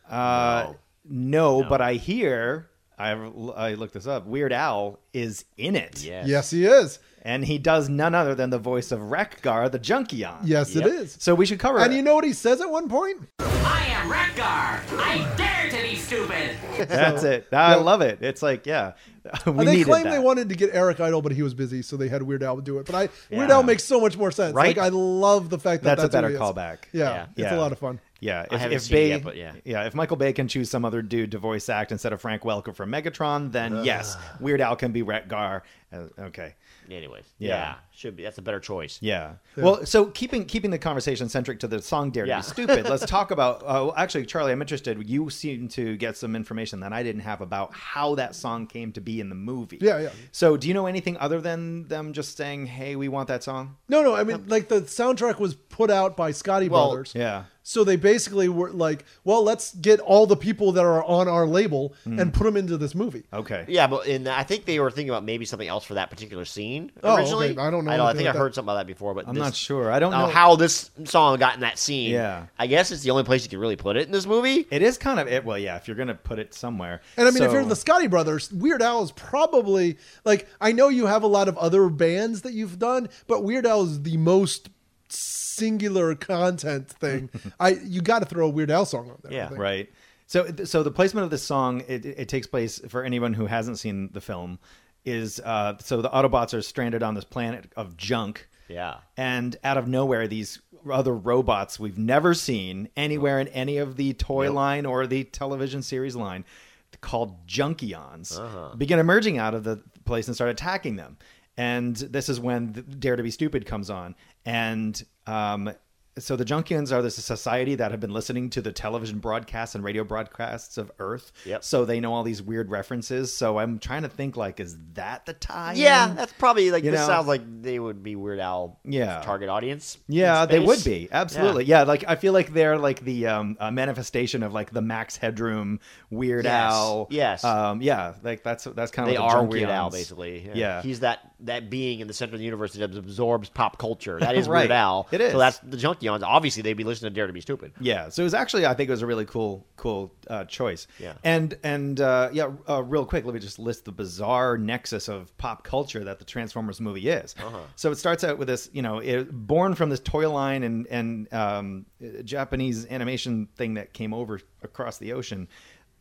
Speaker 4: uh, no, but I hear I, I looked this up. Weird Al is in it.
Speaker 1: Yes.
Speaker 2: Yes, he is.
Speaker 4: And he does none other than the voice of Rekgar the Junkion.
Speaker 2: Yes,
Speaker 1: Yep.
Speaker 2: it is.
Speaker 4: So we should cover
Speaker 2: And
Speaker 4: it.
Speaker 2: you know what he says at one point?
Speaker 5: I am Redgar. I dare to be stupid.
Speaker 4: That's it. I love it. It's like, yeah. We
Speaker 2: And they
Speaker 4: needed
Speaker 2: claim
Speaker 4: that.
Speaker 2: they wanted to get Eric Idle, but he was busy, so they had Weird Al do it. But I Weird
Speaker 4: Yeah.
Speaker 2: Al makes so much more sense.
Speaker 4: Right?
Speaker 2: Like I love the fact that
Speaker 4: That's
Speaker 2: that's,
Speaker 4: a
Speaker 2: who
Speaker 4: better
Speaker 2: he is.
Speaker 4: callback.
Speaker 2: Yeah,
Speaker 1: Yeah.
Speaker 2: it's
Speaker 4: Yeah.
Speaker 2: a lot of fun.
Speaker 4: Yeah,
Speaker 1: I
Speaker 4: if,
Speaker 1: haven't
Speaker 4: if
Speaker 1: seen it
Speaker 4: Bay,
Speaker 1: yet, but yeah.
Speaker 4: if Michael Bay can choose some other dude to voice act instead of Frank Welker from Megatron, then yes, Weird Al can be Retgar. Uh, okay,
Speaker 1: Anyways, yeah.
Speaker 4: Yeah.
Speaker 1: should be. That's a better choice.
Speaker 4: yeah. Well, so keeping keeping the conversation centric to the song "Dare to
Speaker 1: Yeah.
Speaker 4: Be Stupid," let's talk about. Uh, well, actually, Charlie, I'm interested. You seem to get some information that I didn't have about how that song came to be in the movie.
Speaker 2: Yeah, yeah.
Speaker 4: So, do you know anything other than them just saying, "Hey, we want that song"?
Speaker 2: No, no, I mean like the soundtrack was put out by Scotty
Speaker 1: Well,
Speaker 2: Brothers.
Speaker 4: Yeah.
Speaker 2: So they basically were like, well, let's get all the people that are on our label
Speaker 4: Hmm.
Speaker 2: and put them into this movie.
Speaker 4: Okay.
Speaker 1: Yeah, but in I think they were thinking about maybe something else for that particular scene
Speaker 2: Oh,
Speaker 1: originally.
Speaker 2: okay. I don't know
Speaker 1: I, I
Speaker 2: anything
Speaker 1: think I
Speaker 2: about
Speaker 1: heard something about that before, but
Speaker 4: I'm
Speaker 1: this-
Speaker 4: not sure. I don't
Speaker 1: uh,
Speaker 4: know
Speaker 1: how this song got in that scene.
Speaker 4: Yeah.
Speaker 1: I guess it's the only place you can really put it in this movie.
Speaker 4: It is kind of it. Well, yeah. If you're gonna put it somewhere,
Speaker 2: And I mean, if
Speaker 4: So-
Speaker 2: you're the Scotty Brothers, Weird Al is probably like I know you have a lot of other bands that you've done, but Weird Al is the most singular content thing. I you got to throw a Weird Al song on there. I
Speaker 1: Yeah,
Speaker 2: think.
Speaker 4: Right. So, so the placement of this song it, it takes place for anyone who hasn't seen the film is uh, so the Autobots are stranded on this planet of junk.
Speaker 1: Yeah.
Speaker 4: And out of nowhere, these other robots we've never seen anywhere in any of the toy line or the television series line called Junkions begin emerging out of the place and start attacking them. And this is when the Dare to Be Stupid comes on. And um, so the Junkions are this society that have been listening to the television broadcasts and radio broadcasts of Earth.
Speaker 1: Yep.
Speaker 4: So they know all these weird references. So I'm trying to think like, is that the tie?
Speaker 1: Yeah, that's probably like
Speaker 4: You
Speaker 1: this
Speaker 4: know-
Speaker 1: sounds like they would be Weird Al
Speaker 4: Yeah.
Speaker 1: target audience. in
Speaker 4: Yeah, they would
Speaker 1: space.
Speaker 4: be absolutely. Yeah. like I feel like they're like the um, uh, manifestation of like the Max Headroom, Weird
Speaker 1: Yes,
Speaker 4: Al.
Speaker 1: yes.
Speaker 4: um, yeah, like that's that's kind of
Speaker 1: They are Weird Al, basically. Yeah.
Speaker 4: Yeah.
Speaker 1: he's that that being in the center of the universe that absorbs pop culture. That is
Speaker 4: Right.
Speaker 1: Weird Al.
Speaker 4: It is.
Speaker 1: So that's the Junkions. Obviously, they'd be listening to Dare to Be Stupid.
Speaker 4: Yeah, so it was actually I think it was a really cool cool uh, choice.
Speaker 1: Yeah.
Speaker 4: and and uh, yeah, uh, real quick, let me just list the bizarre nexus of pop culture that the Transformers movie is.
Speaker 1: Uh-huh.
Speaker 4: So it starts out with this, you know, it, born from this toy line and and um, Japanese animation thing that came over across the ocean.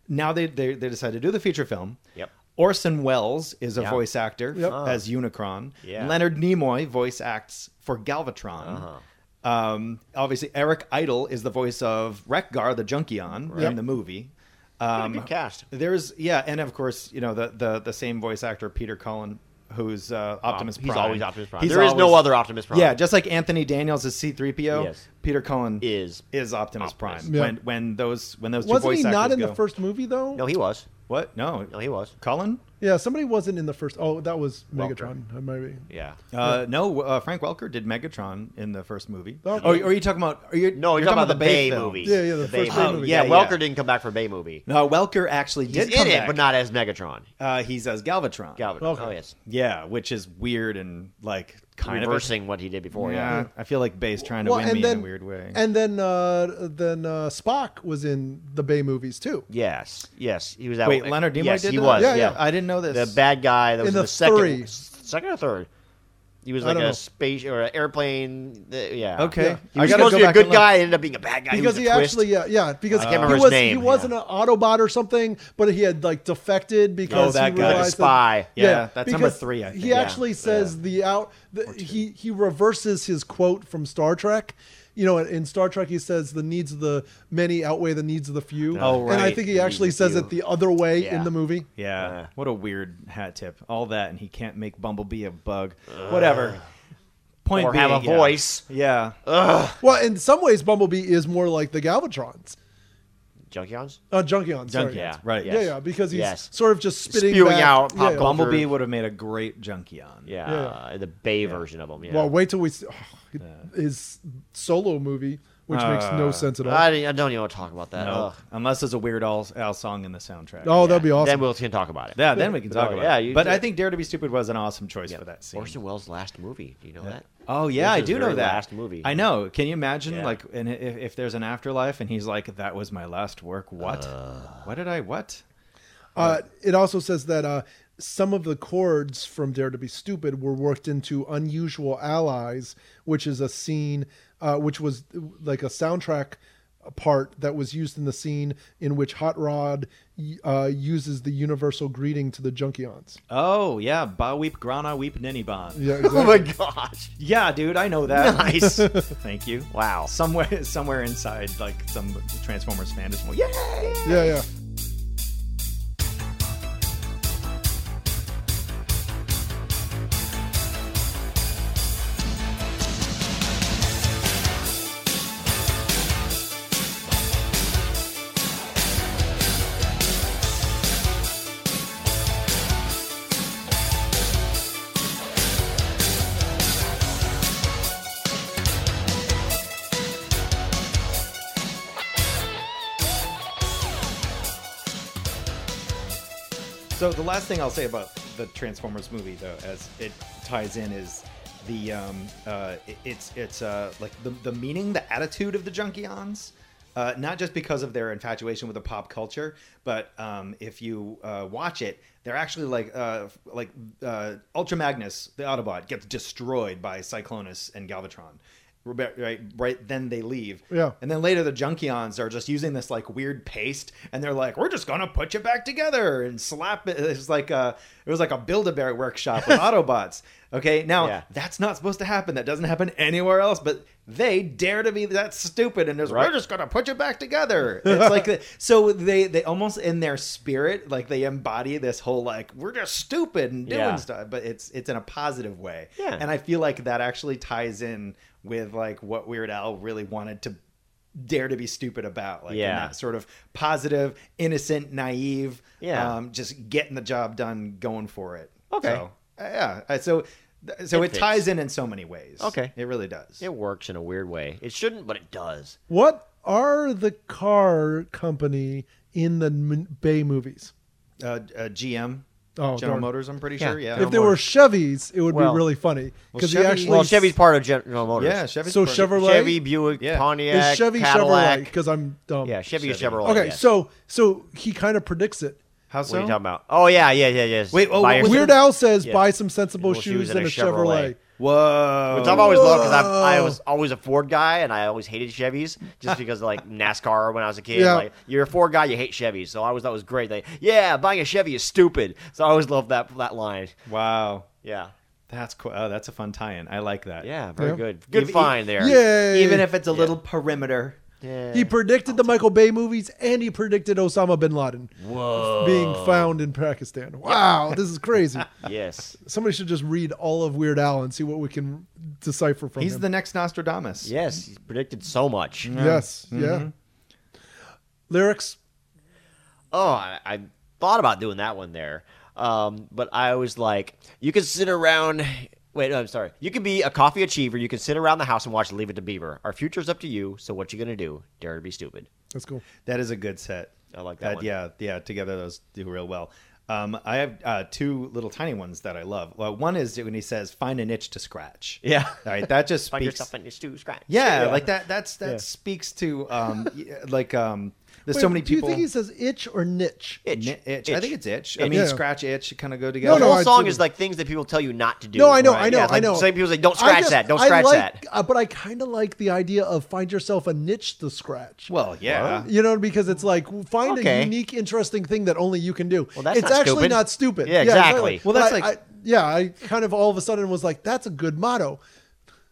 Speaker 4: Now they they, they decide to do the feature film.
Speaker 1: Yep.
Speaker 4: Orson Welles is a
Speaker 1: Yeah.
Speaker 4: voice actor as Unicron.
Speaker 1: Yeah. Uh-huh.
Speaker 4: Leonard Nimoy voice acts for Galvatron. Um, obviously, Eric Idle is the voice of Rekgar the Junkion in the movie.
Speaker 1: Pretty good cast.
Speaker 4: There's yeah, and of course, you know the the, the same voice actor Peter Cullen, who's uh, Optimus
Speaker 1: he's
Speaker 4: Prime.
Speaker 1: always Optimus Prime.
Speaker 4: He's
Speaker 1: There is no
Speaker 4: always-
Speaker 1: other Optimus Prime.
Speaker 4: Yeah, just like Anthony Daniels is C-3PO.
Speaker 1: Yes.
Speaker 4: Peter Cullen
Speaker 1: Is
Speaker 4: is Optimus,
Speaker 1: Optimus.
Speaker 4: Prime.
Speaker 2: Yeah.
Speaker 4: When when those when those two
Speaker 2: Wasn't
Speaker 4: voice
Speaker 2: he
Speaker 4: actors
Speaker 2: not in
Speaker 4: go,
Speaker 2: the first movie though?
Speaker 1: no, he was.
Speaker 4: What? No,
Speaker 1: No, he was.
Speaker 4: Cullen.
Speaker 2: Yeah, somebody wasn't in the first. Oh, that was Megatron. uh, Maybe.
Speaker 1: Yeah.
Speaker 4: Uh, no, uh, Frank Welker did Megatron in the first movie.
Speaker 2: Okay.
Speaker 4: Or, or are you talking about? Are you,
Speaker 1: No, you're, talking, about the Bay,
Speaker 4: film.
Speaker 1: movie.
Speaker 2: Yeah, yeah, the first Bay
Speaker 1: movie.
Speaker 2: movie.
Speaker 1: Yeah,
Speaker 4: Yeah,
Speaker 1: Welker
Speaker 4: yeah.
Speaker 1: didn't come back for Bay movie.
Speaker 4: No, Welker actually
Speaker 1: He's
Speaker 4: did
Speaker 1: in
Speaker 4: come
Speaker 1: it,
Speaker 4: back.
Speaker 1: but not as Megatron.
Speaker 4: Uh, he says Galvatron.
Speaker 1: Galvatron.
Speaker 2: Okay.
Speaker 1: Oh yes,
Speaker 4: Yeah, which is weird and like kind
Speaker 1: reversing what he did before.
Speaker 4: of. A,
Speaker 1: Yeah.
Speaker 4: yeah, I feel like Bay's trying to
Speaker 2: Well,
Speaker 4: win
Speaker 2: and
Speaker 4: me
Speaker 2: then
Speaker 4: in a weird way.
Speaker 2: and then uh, then uh, Spock was in the Bay movies too.
Speaker 1: Yes. Yes. He was that.
Speaker 4: Wait, Leonard Nimoy
Speaker 1: yes,
Speaker 4: did
Speaker 1: he
Speaker 4: that?
Speaker 1: was.
Speaker 2: Yeah,
Speaker 1: Yeah,
Speaker 2: yeah.
Speaker 4: I didn't know this.
Speaker 1: The bad guy that was
Speaker 2: In
Speaker 1: in
Speaker 2: the
Speaker 1: the, second,
Speaker 2: three.
Speaker 1: second or third. He was
Speaker 2: I
Speaker 1: like
Speaker 2: don't
Speaker 1: a
Speaker 2: know.
Speaker 1: space or an airplane. th- yeah.
Speaker 4: Okay. Yeah.
Speaker 1: He
Speaker 4: I
Speaker 1: was
Speaker 4: gotta
Speaker 1: supposed
Speaker 4: go
Speaker 1: to be a
Speaker 4: back
Speaker 1: good
Speaker 4: and look.
Speaker 1: guy. Ended up being a bad guy. was
Speaker 2: because
Speaker 1: a
Speaker 2: he
Speaker 1: twist.
Speaker 2: actually uh, yeah yeah because
Speaker 1: can't remember
Speaker 2: he
Speaker 1: his
Speaker 2: was
Speaker 1: name,
Speaker 2: he wasn't
Speaker 1: yeah.
Speaker 2: an Autobot or something, but he had like
Speaker 1: Oh,
Speaker 2: defected because
Speaker 4: that
Speaker 2: he
Speaker 4: guy. Like a
Speaker 2: realized that-
Speaker 1: spy.
Speaker 4: Yeah, that's number
Speaker 2: because
Speaker 4: three, I think.
Speaker 2: He
Speaker 4: Yeah.
Speaker 2: actually says the out the, he he reverses his quote from Star Trek. You know, in Star Trek, he says the needs of the many outweigh the needs of the few.
Speaker 4: Oh,
Speaker 2: And I
Speaker 4: right.
Speaker 2: think he
Speaker 1: The
Speaker 2: actually
Speaker 1: needs
Speaker 2: says
Speaker 1: of
Speaker 2: it the other way
Speaker 1: Yeah.
Speaker 2: in the movie.
Speaker 4: yeah,
Speaker 1: Uh.
Speaker 4: what a weird hat tip. All that, and he can't make Bumblebee a bug. Whatever. Point
Speaker 1: Or have
Speaker 4: being,
Speaker 1: a
Speaker 4: yeah.
Speaker 1: voice.
Speaker 4: Yeah.
Speaker 2: Well, in some ways, Bumblebee is more like the Galvatrons,
Speaker 1: Junkions.
Speaker 2: uh, Junkions. sorry.
Speaker 4: Junkions,
Speaker 1: Yeah.
Speaker 4: right.
Speaker 1: yes.
Speaker 2: Yeah, yeah, because he's
Speaker 1: Yes.
Speaker 2: sort of just spitting
Speaker 1: Spewing
Speaker 2: back-
Speaker 1: out pop culture.
Speaker 2: yeah.
Speaker 4: Bumblebee would have made a great Junkion.
Speaker 1: Yeah.
Speaker 2: Yeah.
Speaker 1: The Bay version of him. Yeah.
Speaker 2: Well, wait till we see oh, his solo movie, which makes no sense at all.
Speaker 1: I, I don't even want to talk about that.
Speaker 4: No,
Speaker 1: Ugh.
Speaker 4: unless there's a Weird Al, Al song in the soundtrack.
Speaker 2: oh, that'd be
Speaker 1: Then
Speaker 2: awesome.
Speaker 1: we can talk about it.
Speaker 4: yeah. Then we can talk
Speaker 1: Oh,
Speaker 4: about
Speaker 1: yeah,
Speaker 4: it.
Speaker 1: you
Speaker 4: But
Speaker 1: did.
Speaker 4: I think Dare to Be Stupid was an awesome choice for that scene.
Speaker 1: Orson Welles' last movie. Do you know that?
Speaker 4: Oh
Speaker 1: This
Speaker 4: yeah, I
Speaker 1: is
Speaker 4: do
Speaker 1: his
Speaker 4: know
Speaker 1: very
Speaker 4: that.
Speaker 1: last movie.
Speaker 4: I know. Can you imagine,
Speaker 1: Yeah.
Speaker 4: like, and if,
Speaker 1: Uh.
Speaker 4: if there's an afterlife, and he's like, "That was my last work." What? what did I? What?
Speaker 2: Uh, it also says that uh, some of the chords from Dare to Be Stupid were worked into Unusual Allies, which is a scene, uh, which was uh, like a soundtrack part that was used in the scene in which Hot Rod y- uh, uses the universal greeting to the Junkions.
Speaker 4: Oh yeah, ba weep grana weep ninny bon.
Speaker 2: Yeah,
Speaker 1: Oh
Speaker 2: exactly.
Speaker 1: my gosh!
Speaker 4: Yeah, dude, I know that.
Speaker 1: Nice.
Speaker 4: Thank you.
Speaker 1: Wow.
Speaker 4: Somewhere, somewhere inside, like some Transformers fan is like, yay!
Speaker 2: yeah, yeah.
Speaker 4: So the last thing I'll say about the Transformers movie, though, as it ties in, is the um, uh, it- it's it's uh, like the the meaning, the attitude of the Junkions. Uh, not just because of their infatuation with the pop culture, but um, if you uh, watch it, they're actually like uh, like uh, Ultra Magnus, the Autobot, gets destroyed by Cyclonus and Galvatron. Right, right, right then they leave.
Speaker 2: Yeah.
Speaker 4: And then later, the Junkions are just using this like weird paste, and they're like, "We're just gonna put you back together and slap it." It's like a it was like a Build a Bear workshop with Autobots. Okay, now
Speaker 1: Yeah.
Speaker 4: that's not supposed to happen. That doesn't happen anywhere else. But they dare to be that stupid, and there's we're just gonna put you back together. It's like the, so they they almost in their spirit like they embody this whole like we're just stupid and doing
Speaker 1: Yeah.
Speaker 4: stuff, but it's it's in a positive way.
Speaker 1: Yeah.
Speaker 4: and I feel like that actually ties in with like what Weird Al really wanted to dare to be stupid about, like in
Speaker 1: Yeah.
Speaker 4: that sort of positive, innocent, naive,
Speaker 1: Yeah.
Speaker 4: um, just getting the job done, going for it.
Speaker 1: Okay.
Speaker 4: So, uh, yeah. Uh, So, th- so
Speaker 1: It
Speaker 4: it,
Speaker 1: fits.
Speaker 4: ties in in so many ways.
Speaker 1: Okay.
Speaker 4: It really does.
Speaker 1: It works in a weird way. It shouldn't, but it does.
Speaker 2: What are the car company in the M- Bay movies?
Speaker 4: Uh, uh, GM,
Speaker 2: Oh,
Speaker 4: General
Speaker 2: darn.
Speaker 4: Motors. I'm pretty
Speaker 1: Yeah.
Speaker 4: sure. Yeah.
Speaker 2: if they
Speaker 4: General
Speaker 2: were
Speaker 4: Motors.
Speaker 2: Chevys, it would
Speaker 1: Well-
Speaker 2: be really funny because
Speaker 4: Chevy-
Speaker 2: he actually
Speaker 1: Well, Chevy's part of General Motors.
Speaker 4: yeah, Chevy's
Speaker 2: so
Speaker 4: part-
Speaker 2: Chevrolet
Speaker 1: Chevy, Buick,
Speaker 4: Yeah.
Speaker 1: Pontiac,
Speaker 2: is Chevy
Speaker 1: Cadillac.
Speaker 2: Chevrolet because I'm dumb.
Speaker 1: Yeah, Chevy,
Speaker 4: Chevy.
Speaker 1: is Chevrolet.
Speaker 2: okay,
Speaker 1: yes.
Speaker 2: so so he kind of predicts it.
Speaker 4: How
Speaker 1: what are
Speaker 4: so?
Speaker 1: you talking about? Oh yeah, yeah, yeah, yes.
Speaker 4: Wait, oh,
Speaker 1: Buy
Speaker 4: what
Speaker 1: a-
Speaker 4: was
Speaker 2: Weird
Speaker 4: it-
Speaker 2: Al says,
Speaker 1: Yeah.
Speaker 2: "Buy some sensible
Speaker 1: Well,
Speaker 2: shoes and a Chevrolet."
Speaker 4: Whoa.
Speaker 1: Which I've always loved because I was always a Ford guy and I always hated Chevys just because like NASCAR when I was a kid.
Speaker 2: Yeah.
Speaker 1: Like you're a Ford guy, you hate Chevys, so I always thought it was great. Like yeah, buying a Chevy is stupid. So I always loved that that line.
Speaker 4: Wow.
Speaker 1: Yeah,
Speaker 4: That's cool. Oh, that's a fun tie-in. I like that.
Speaker 1: yeah, very
Speaker 2: Yeah. E
Speaker 1: good, good
Speaker 4: If-
Speaker 1: find there.
Speaker 2: Yay!
Speaker 4: Even if it's a little perimeter.
Speaker 1: Yeah.
Speaker 2: he predicted the Michael Bay movies and he predicted Osama bin Laden
Speaker 1: Whoa.
Speaker 2: being found in Pakistan. Wow, this is crazy.
Speaker 1: Yes.
Speaker 2: Somebody should just read all of Weird Al and see what we can decipher from
Speaker 4: He's
Speaker 2: him.
Speaker 4: the next Nostradamus.
Speaker 1: Yes. He's predicted so much.
Speaker 2: yes,
Speaker 1: Mm-hmm.
Speaker 2: yeah. Lyrics.
Speaker 1: oh, I, I thought about doing that one there. Um, but I was like, you can sit around. Wait, no, I'm sorry. You can be a coffee achiever. You can sit around the house and watch Leave It to Beaver. Our future's up to you. So what you gonna do? Dare to be stupid.
Speaker 2: That's cool.
Speaker 4: That is a good set.
Speaker 1: I like that one.
Speaker 4: Yeah, yeah. Together those do real well. Um, I have uh, two little tiny ones that I love. Well, one is when he says, "Find an itch to scratch."
Speaker 1: Yeah.
Speaker 4: All right, that just
Speaker 1: Find
Speaker 4: speaks.
Speaker 1: yourself in your stew scratch.
Speaker 4: yeah, like that. That's that speaks to um, y- like um, there's so
Speaker 2: Wait,
Speaker 4: many
Speaker 2: do
Speaker 4: people.
Speaker 2: you think he says itch or niche?
Speaker 1: Itch.
Speaker 4: Ni- itch. I think it's itch. I
Speaker 1: Itch.
Speaker 4: mean,
Speaker 2: Yeah.
Speaker 4: scratch, itch, kind of go
Speaker 1: The
Speaker 4: together.
Speaker 2: No,
Speaker 1: whole
Speaker 2: I
Speaker 1: song
Speaker 2: do.
Speaker 1: is like things that people tell you not to do.
Speaker 2: No, I know,
Speaker 1: Right?
Speaker 2: I know,
Speaker 1: Yeah, it's
Speaker 2: I
Speaker 1: like
Speaker 2: know.
Speaker 1: Same people say, don't
Speaker 2: I
Speaker 1: scratch
Speaker 2: just-
Speaker 1: that. Don't
Speaker 2: I
Speaker 1: scratch
Speaker 2: like-
Speaker 1: that.
Speaker 2: uh, but I kind of like the idea of find yourself a niche to scratch.
Speaker 4: Well, yeah.
Speaker 2: you know, because it's like find
Speaker 1: Okay.
Speaker 2: a unique, interesting thing that only you can do.
Speaker 1: Well, that's
Speaker 2: it's
Speaker 1: not
Speaker 2: actually
Speaker 1: stupid.
Speaker 2: not stupid.
Speaker 1: Yeah, exactly.
Speaker 4: Well, that's
Speaker 2: But I-
Speaker 4: like-
Speaker 2: I- yeah, I kind of all of a sudden was like, that's a good motto.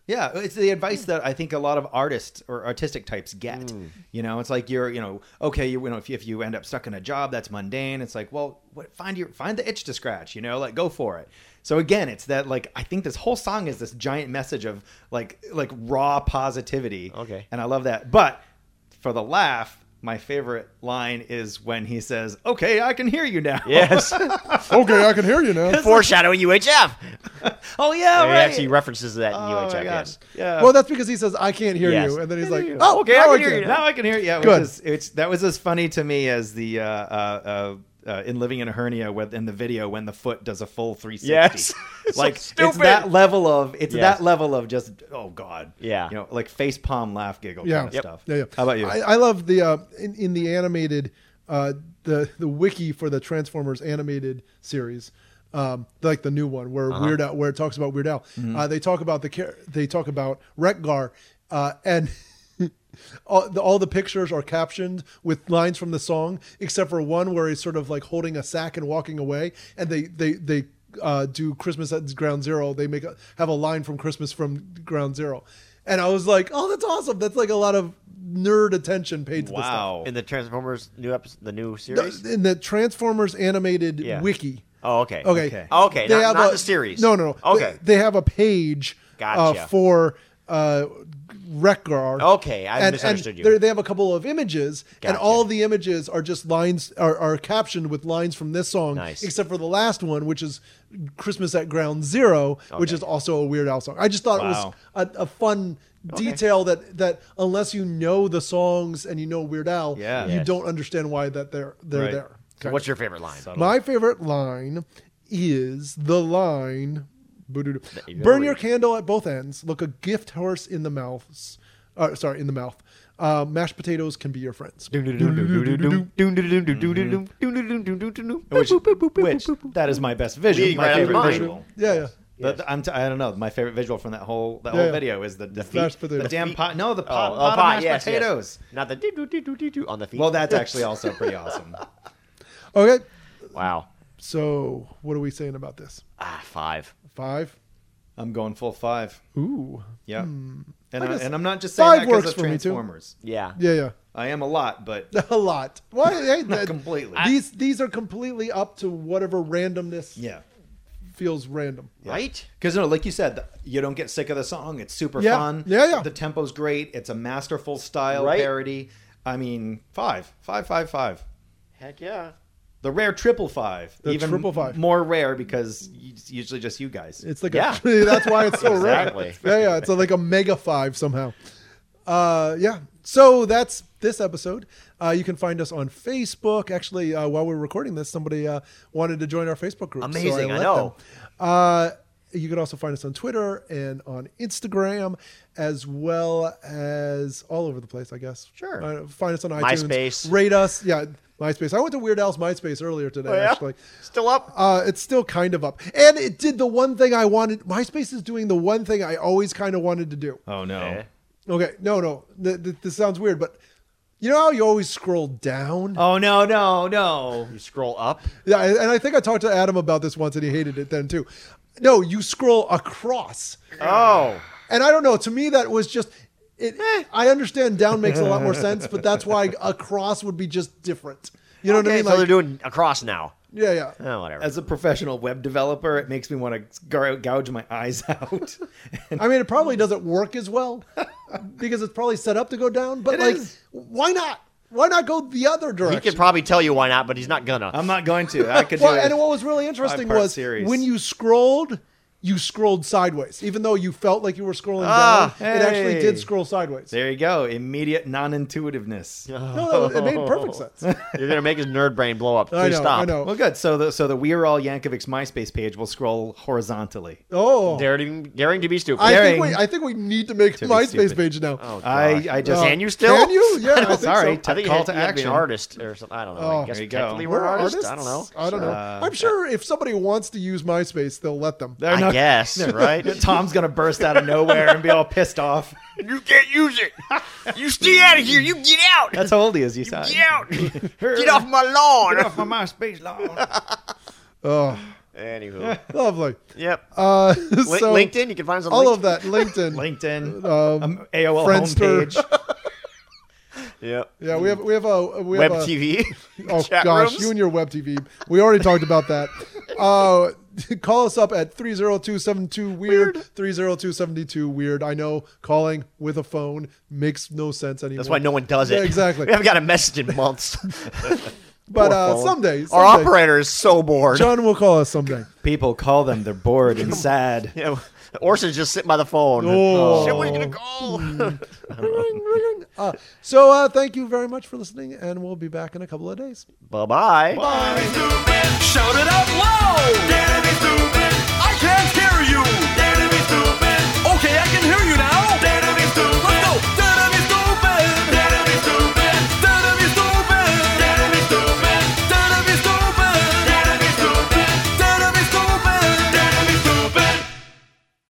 Speaker 4: Yeah, it's the advice
Speaker 1: Hmm.
Speaker 4: that I think a lot of artists or artistic types get. You know, it's like you're, you know, okay, you, you know, if you, if you end up stuck in a job that's mundane, it's like, well, what, find your find the itch to scratch. You know, like go for it. So again, it's that like I think this whole song is this giant message of like like raw positivity.
Speaker 1: Okay.
Speaker 4: and I love that. But for the laugh, my favorite line is when he says, "Okay, I can hear you now."
Speaker 1: Yes.
Speaker 2: Okay, I can hear you now.
Speaker 1: Foreshadowing UHF.
Speaker 4: oh yeah,
Speaker 1: He
Speaker 4: right.
Speaker 1: actually references that in
Speaker 4: Oh, my
Speaker 1: UHF.
Speaker 4: God.
Speaker 1: Yes.
Speaker 4: Yeah.
Speaker 2: well, that's because he says, I can't hear
Speaker 1: Yes.
Speaker 2: you. And then he's
Speaker 4: Can
Speaker 2: like,
Speaker 4: hear you.
Speaker 2: oh,
Speaker 1: Okay, I
Speaker 2: now
Speaker 1: can hear you now.
Speaker 4: Now I can hear. Yeah,
Speaker 2: Good.
Speaker 4: which is, it's that was as funny to me as the uh, uh, uh, uh, in living in a hernia with in the video when the foot does a full 360.
Speaker 1: Yes. So
Speaker 4: like
Speaker 1: stupid.
Speaker 4: it's that level of it's
Speaker 1: Yes.
Speaker 4: that level of just oh god
Speaker 1: Yeah.
Speaker 4: you know like face palm laugh giggle
Speaker 2: Yeah.
Speaker 4: kind of
Speaker 2: Yep.
Speaker 4: stuff.
Speaker 2: Yeah, yeah.
Speaker 4: How about you?
Speaker 2: I, I love the uh, in, in the animated uh, the the wiki for the Transformers animated series, um, like the new one where Weird Al, where it talks about Weird Al, uh, they talk about the char- they talk about Rekgar, uh, and all the, all the pictures are captioned with lines from the song, except for one where he's sort of like holding a sack and walking away, and they they they uh, do Christmas at Ground Zero. They make a, have a line from Christmas from Ground Zero, and I was like, oh, that's awesome. That's like a lot of nerd attention paid to this stuff
Speaker 4: Wow.
Speaker 1: in the Transformers new episode, the new series.
Speaker 2: in the Transformers animated
Speaker 1: Yeah.
Speaker 2: wiki.
Speaker 1: oh, okay.
Speaker 2: Okay.
Speaker 1: Okay. Okay. Not, not the series.
Speaker 2: No, no, no.
Speaker 1: Okay.
Speaker 2: They, they have a page uh,
Speaker 1: Gotcha.
Speaker 2: for uh, Rekgar.
Speaker 1: Okay, I
Speaker 2: and,
Speaker 1: misunderstood
Speaker 2: and
Speaker 1: you.
Speaker 2: they're- They have a couple of images, and
Speaker 1: Gotcha.
Speaker 2: all the images are just lines are, are captioned with lines from this song,
Speaker 1: Nice.
Speaker 2: except for the last one, which is Christmas at Ground Zero, which
Speaker 1: Okay.
Speaker 2: is also a Weird Al song. I just thought
Speaker 4: Wow.
Speaker 2: it was a, a fun detail that that unless you know the songs and you know Weird Al,
Speaker 4: Yeah.
Speaker 2: you
Speaker 1: Yes.
Speaker 2: don't understand why that they're they're
Speaker 4: Right.
Speaker 2: there.
Speaker 1: So what's your favorite line?
Speaker 2: My favorite line is the line boo-doo-doo.
Speaker 1: you
Speaker 2: Burn your
Speaker 1: always-
Speaker 2: candle at both ends. Look a gift horse in the mouth. Uh, sorry, in the mouth. Uh, mashed potatoes can be your friends.
Speaker 1: Mm-hmm.
Speaker 4: Which, which that is my best visual,
Speaker 1: Leading
Speaker 4: my
Speaker 1: right up to
Speaker 4: favorite
Speaker 1: mine.
Speaker 4: visual.
Speaker 2: Yeah, yeah.
Speaker 4: The, the, I'm t- I don't know. My favorite visual from that whole that
Speaker 2: Yeah,
Speaker 4: whole
Speaker 2: yeah.
Speaker 4: video is the the,
Speaker 2: mashed
Speaker 4: feet, the
Speaker 2: potatoes.
Speaker 4: damn pot. No, the
Speaker 1: Oh,
Speaker 4: pot,
Speaker 1: oh,
Speaker 4: pot,
Speaker 1: pot,
Speaker 4: of mashed
Speaker 1: yes, yes.
Speaker 4: potatoes.
Speaker 1: Not the do do do do do do on the feet.
Speaker 4: Well, that's actually also pretty awesome.
Speaker 2: Okay.
Speaker 1: wow.
Speaker 2: So, what are we saying about this?
Speaker 1: Ah, five.
Speaker 2: Five?
Speaker 4: I'm going full five.
Speaker 2: Ooh.
Speaker 4: Yeah, and, I,
Speaker 2: Hmm. guess
Speaker 4: and I'm not just saying
Speaker 2: five
Speaker 4: that because
Speaker 2: works for
Speaker 4: of
Speaker 2: me, too.
Speaker 4: Transformers.
Speaker 1: Yeah.
Speaker 2: Yeah, yeah.
Speaker 4: I am a lot, but
Speaker 2: A lot. Why? hey, that-
Speaker 4: completely.
Speaker 2: These these are completely up to whatever randomness
Speaker 4: yeah.
Speaker 2: feels random.
Speaker 1: Right.
Speaker 4: Because no, like you said, the- you don't get sick of the song. It's super
Speaker 2: Yeah.
Speaker 4: fun.
Speaker 2: Yeah, yeah.
Speaker 4: The tempo's great. It's a masterful style
Speaker 1: Right.
Speaker 4: parody. I mean, five, five, five, five.
Speaker 1: Heck yeah.
Speaker 4: The rare triple five,
Speaker 2: The
Speaker 4: even
Speaker 2: triple five.
Speaker 4: more rare because it's usually just you guys.
Speaker 2: It's like
Speaker 1: Yeah.
Speaker 2: a, that's why it's so
Speaker 1: Exactly.
Speaker 2: rare. Yeah, yeah. It's a, like a mega five somehow. Uh, yeah. So that's this episode. Uh, you can find us on Facebook. Actually, uh, while we were recording this, somebody uh, wanted to join our Facebook group. so
Speaker 1: Amazing, I
Speaker 2: let
Speaker 1: know.
Speaker 2: them. Uh, you can also find us on Twitter and on Instagram, as well as all over the place, I guess.
Speaker 1: Sure.
Speaker 2: Uh, find us on iTunes.
Speaker 1: MySpace.
Speaker 2: Rate us. Yeah, MySpace. I went to Weird Al's MySpace earlier
Speaker 1: Oh,
Speaker 2: today, actually.
Speaker 1: Still up.
Speaker 2: Uh, it's still kind of up, and it did the one thing I wanted. MySpace is doing the one thing I always kind of wanted to do.
Speaker 4: oh no.
Speaker 1: Eh.
Speaker 2: Okay, no, no, th- th- this sounds weird, but you know how you always scroll down?
Speaker 1: Uh,
Speaker 4: Oh no, no, no.
Speaker 1: You scroll up.
Speaker 2: Yeah, and and I think I talked to Adam about this once, and he hated it then too. No, you scroll across,
Speaker 1: Oh.
Speaker 2: and I don't know. To me, that was just. It,
Speaker 1: Eh.
Speaker 2: I understand down makes a lot more sense, but that's why across would be just different. You know
Speaker 1: okay, so
Speaker 2: what I
Speaker 1: they're
Speaker 2: mean? Like,
Speaker 1: doing across now.
Speaker 2: yeah, yeah.
Speaker 1: Oh, whatever.
Speaker 4: As a professional web developer, it makes me want to gar- gouge my eyes out.
Speaker 2: I mean, it probably doesn't work as well because it's probably set up to go down. But
Speaker 4: It
Speaker 2: like,
Speaker 4: is.
Speaker 2: why not? Why not go the other
Speaker 1: he
Speaker 2: direction?
Speaker 1: could probably tell you why not, but he's not gonna.
Speaker 4: I'm not going to. I could. do
Speaker 2: well,
Speaker 4: it.
Speaker 2: and what was really interesting
Speaker 4: Five-part
Speaker 2: was
Speaker 4: series.
Speaker 2: when you scrolled, you scrolled sideways, even though you felt like you were scrolling
Speaker 1: Ah,
Speaker 2: down. It actually
Speaker 4: hey.
Speaker 2: did scroll sideways.
Speaker 4: there you go. Immediate non-intuitiveness.
Speaker 2: No, no, it made perfect sense.
Speaker 1: You're gonna make his nerd brain blow up. Please
Speaker 2: I know.
Speaker 1: stop.
Speaker 2: I know.
Speaker 4: Well, good. So the so the We Are All Yankovic's MySpace page will scroll horizontally.
Speaker 2: Oh,
Speaker 1: Daring, daring to be stupid.
Speaker 2: I think
Speaker 4: daring
Speaker 2: we I think we need to make a
Speaker 4: be
Speaker 2: MySpace
Speaker 4: stupid.
Speaker 2: page now. Uh,
Speaker 1: oh, gosh.
Speaker 4: I I just
Speaker 1: Can you still?
Speaker 2: Can you? Yeah, I think
Speaker 4: Sorry.
Speaker 2: so.
Speaker 1: I think you
Speaker 4: Call
Speaker 1: had,
Speaker 4: to
Speaker 1: you had to be an
Speaker 4: action.
Speaker 1: artist or something. I don't know.
Speaker 2: Oh,
Speaker 1: I guess
Speaker 4: There you go.
Speaker 1: technically we're artists. I don't know. Uh,
Speaker 2: I don't know. I'm sure if somebody wants to use MySpace, they'll let them.
Speaker 4: They're
Speaker 1: I
Speaker 4: not-
Speaker 1: guess, right?
Speaker 4: Tom's gonna burst out of nowhere and be all pissed off.
Speaker 1: You can't use it. You stay out of here. You get out.
Speaker 4: That's how old he is. You saw.
Speaker 1: out. Get off my lawn.
Speaker 4: Get off my MySpace lawn.
Speaker 2: Oh,
Speaker 1: Anywho,
Speaker 2: lovely.
Speaker 1: yep.
Speaker 2: Uh,
Speaker 1: Li-
Speaker 2: so
Speaker 1: LinkedIn, you can find us on
Speaker 2: all
Speaker 1: LinkedIn.
Speaker 2: of that LinkedIn.
Speaker 4: LinkedIn,
Speaker 2: Um,
Speaker 4: um, AOL
Speaker 2: Friendster.
Speaker 4: homepage.
Speaker 1: Yep.
Speaker 2: Yeah, we have we have a we have
Speaker 1: Web
Speaker 2: a,
Speaker 1: TV.
Speaker 2: Oh
Speaker 1: chat
Speaker 2: gosh,
Speaker 1: rooms.
Speaker 2: you and your web TV. We already talked about that. Uh, call us up at 30272 weird 30272 weird. I know calling with a phone makes no sense anymore.
Speaker 1: That's why no one does it.
Speaker 2: Yeah, exactly.
Speaker 1: We haven't got a message in months.
Speaker 2: but
Speaker 1: Poor
Speaker 2: uh,
Speaker 1: phone.
Speaker 2: someday,
Speaker 1: Our
Speaker 2: someday-
Speaker 1: operator is so bored.
Speaker 2: John will call us someday.
Speaker 4: People call them. They're bored and sad.
Speaker 1: Yeah, Orson's just sitting by the phone.
Speaker 2: Oh.
Speaker 1: Shit, when are you gonna call?
Speaker 2: Uh, so uh, thank you very much for listening, and we'll be back in a couple of days.
Speaker 1: Bye bye.
Speaker 3: Shout it out loud. Gotta be stupid.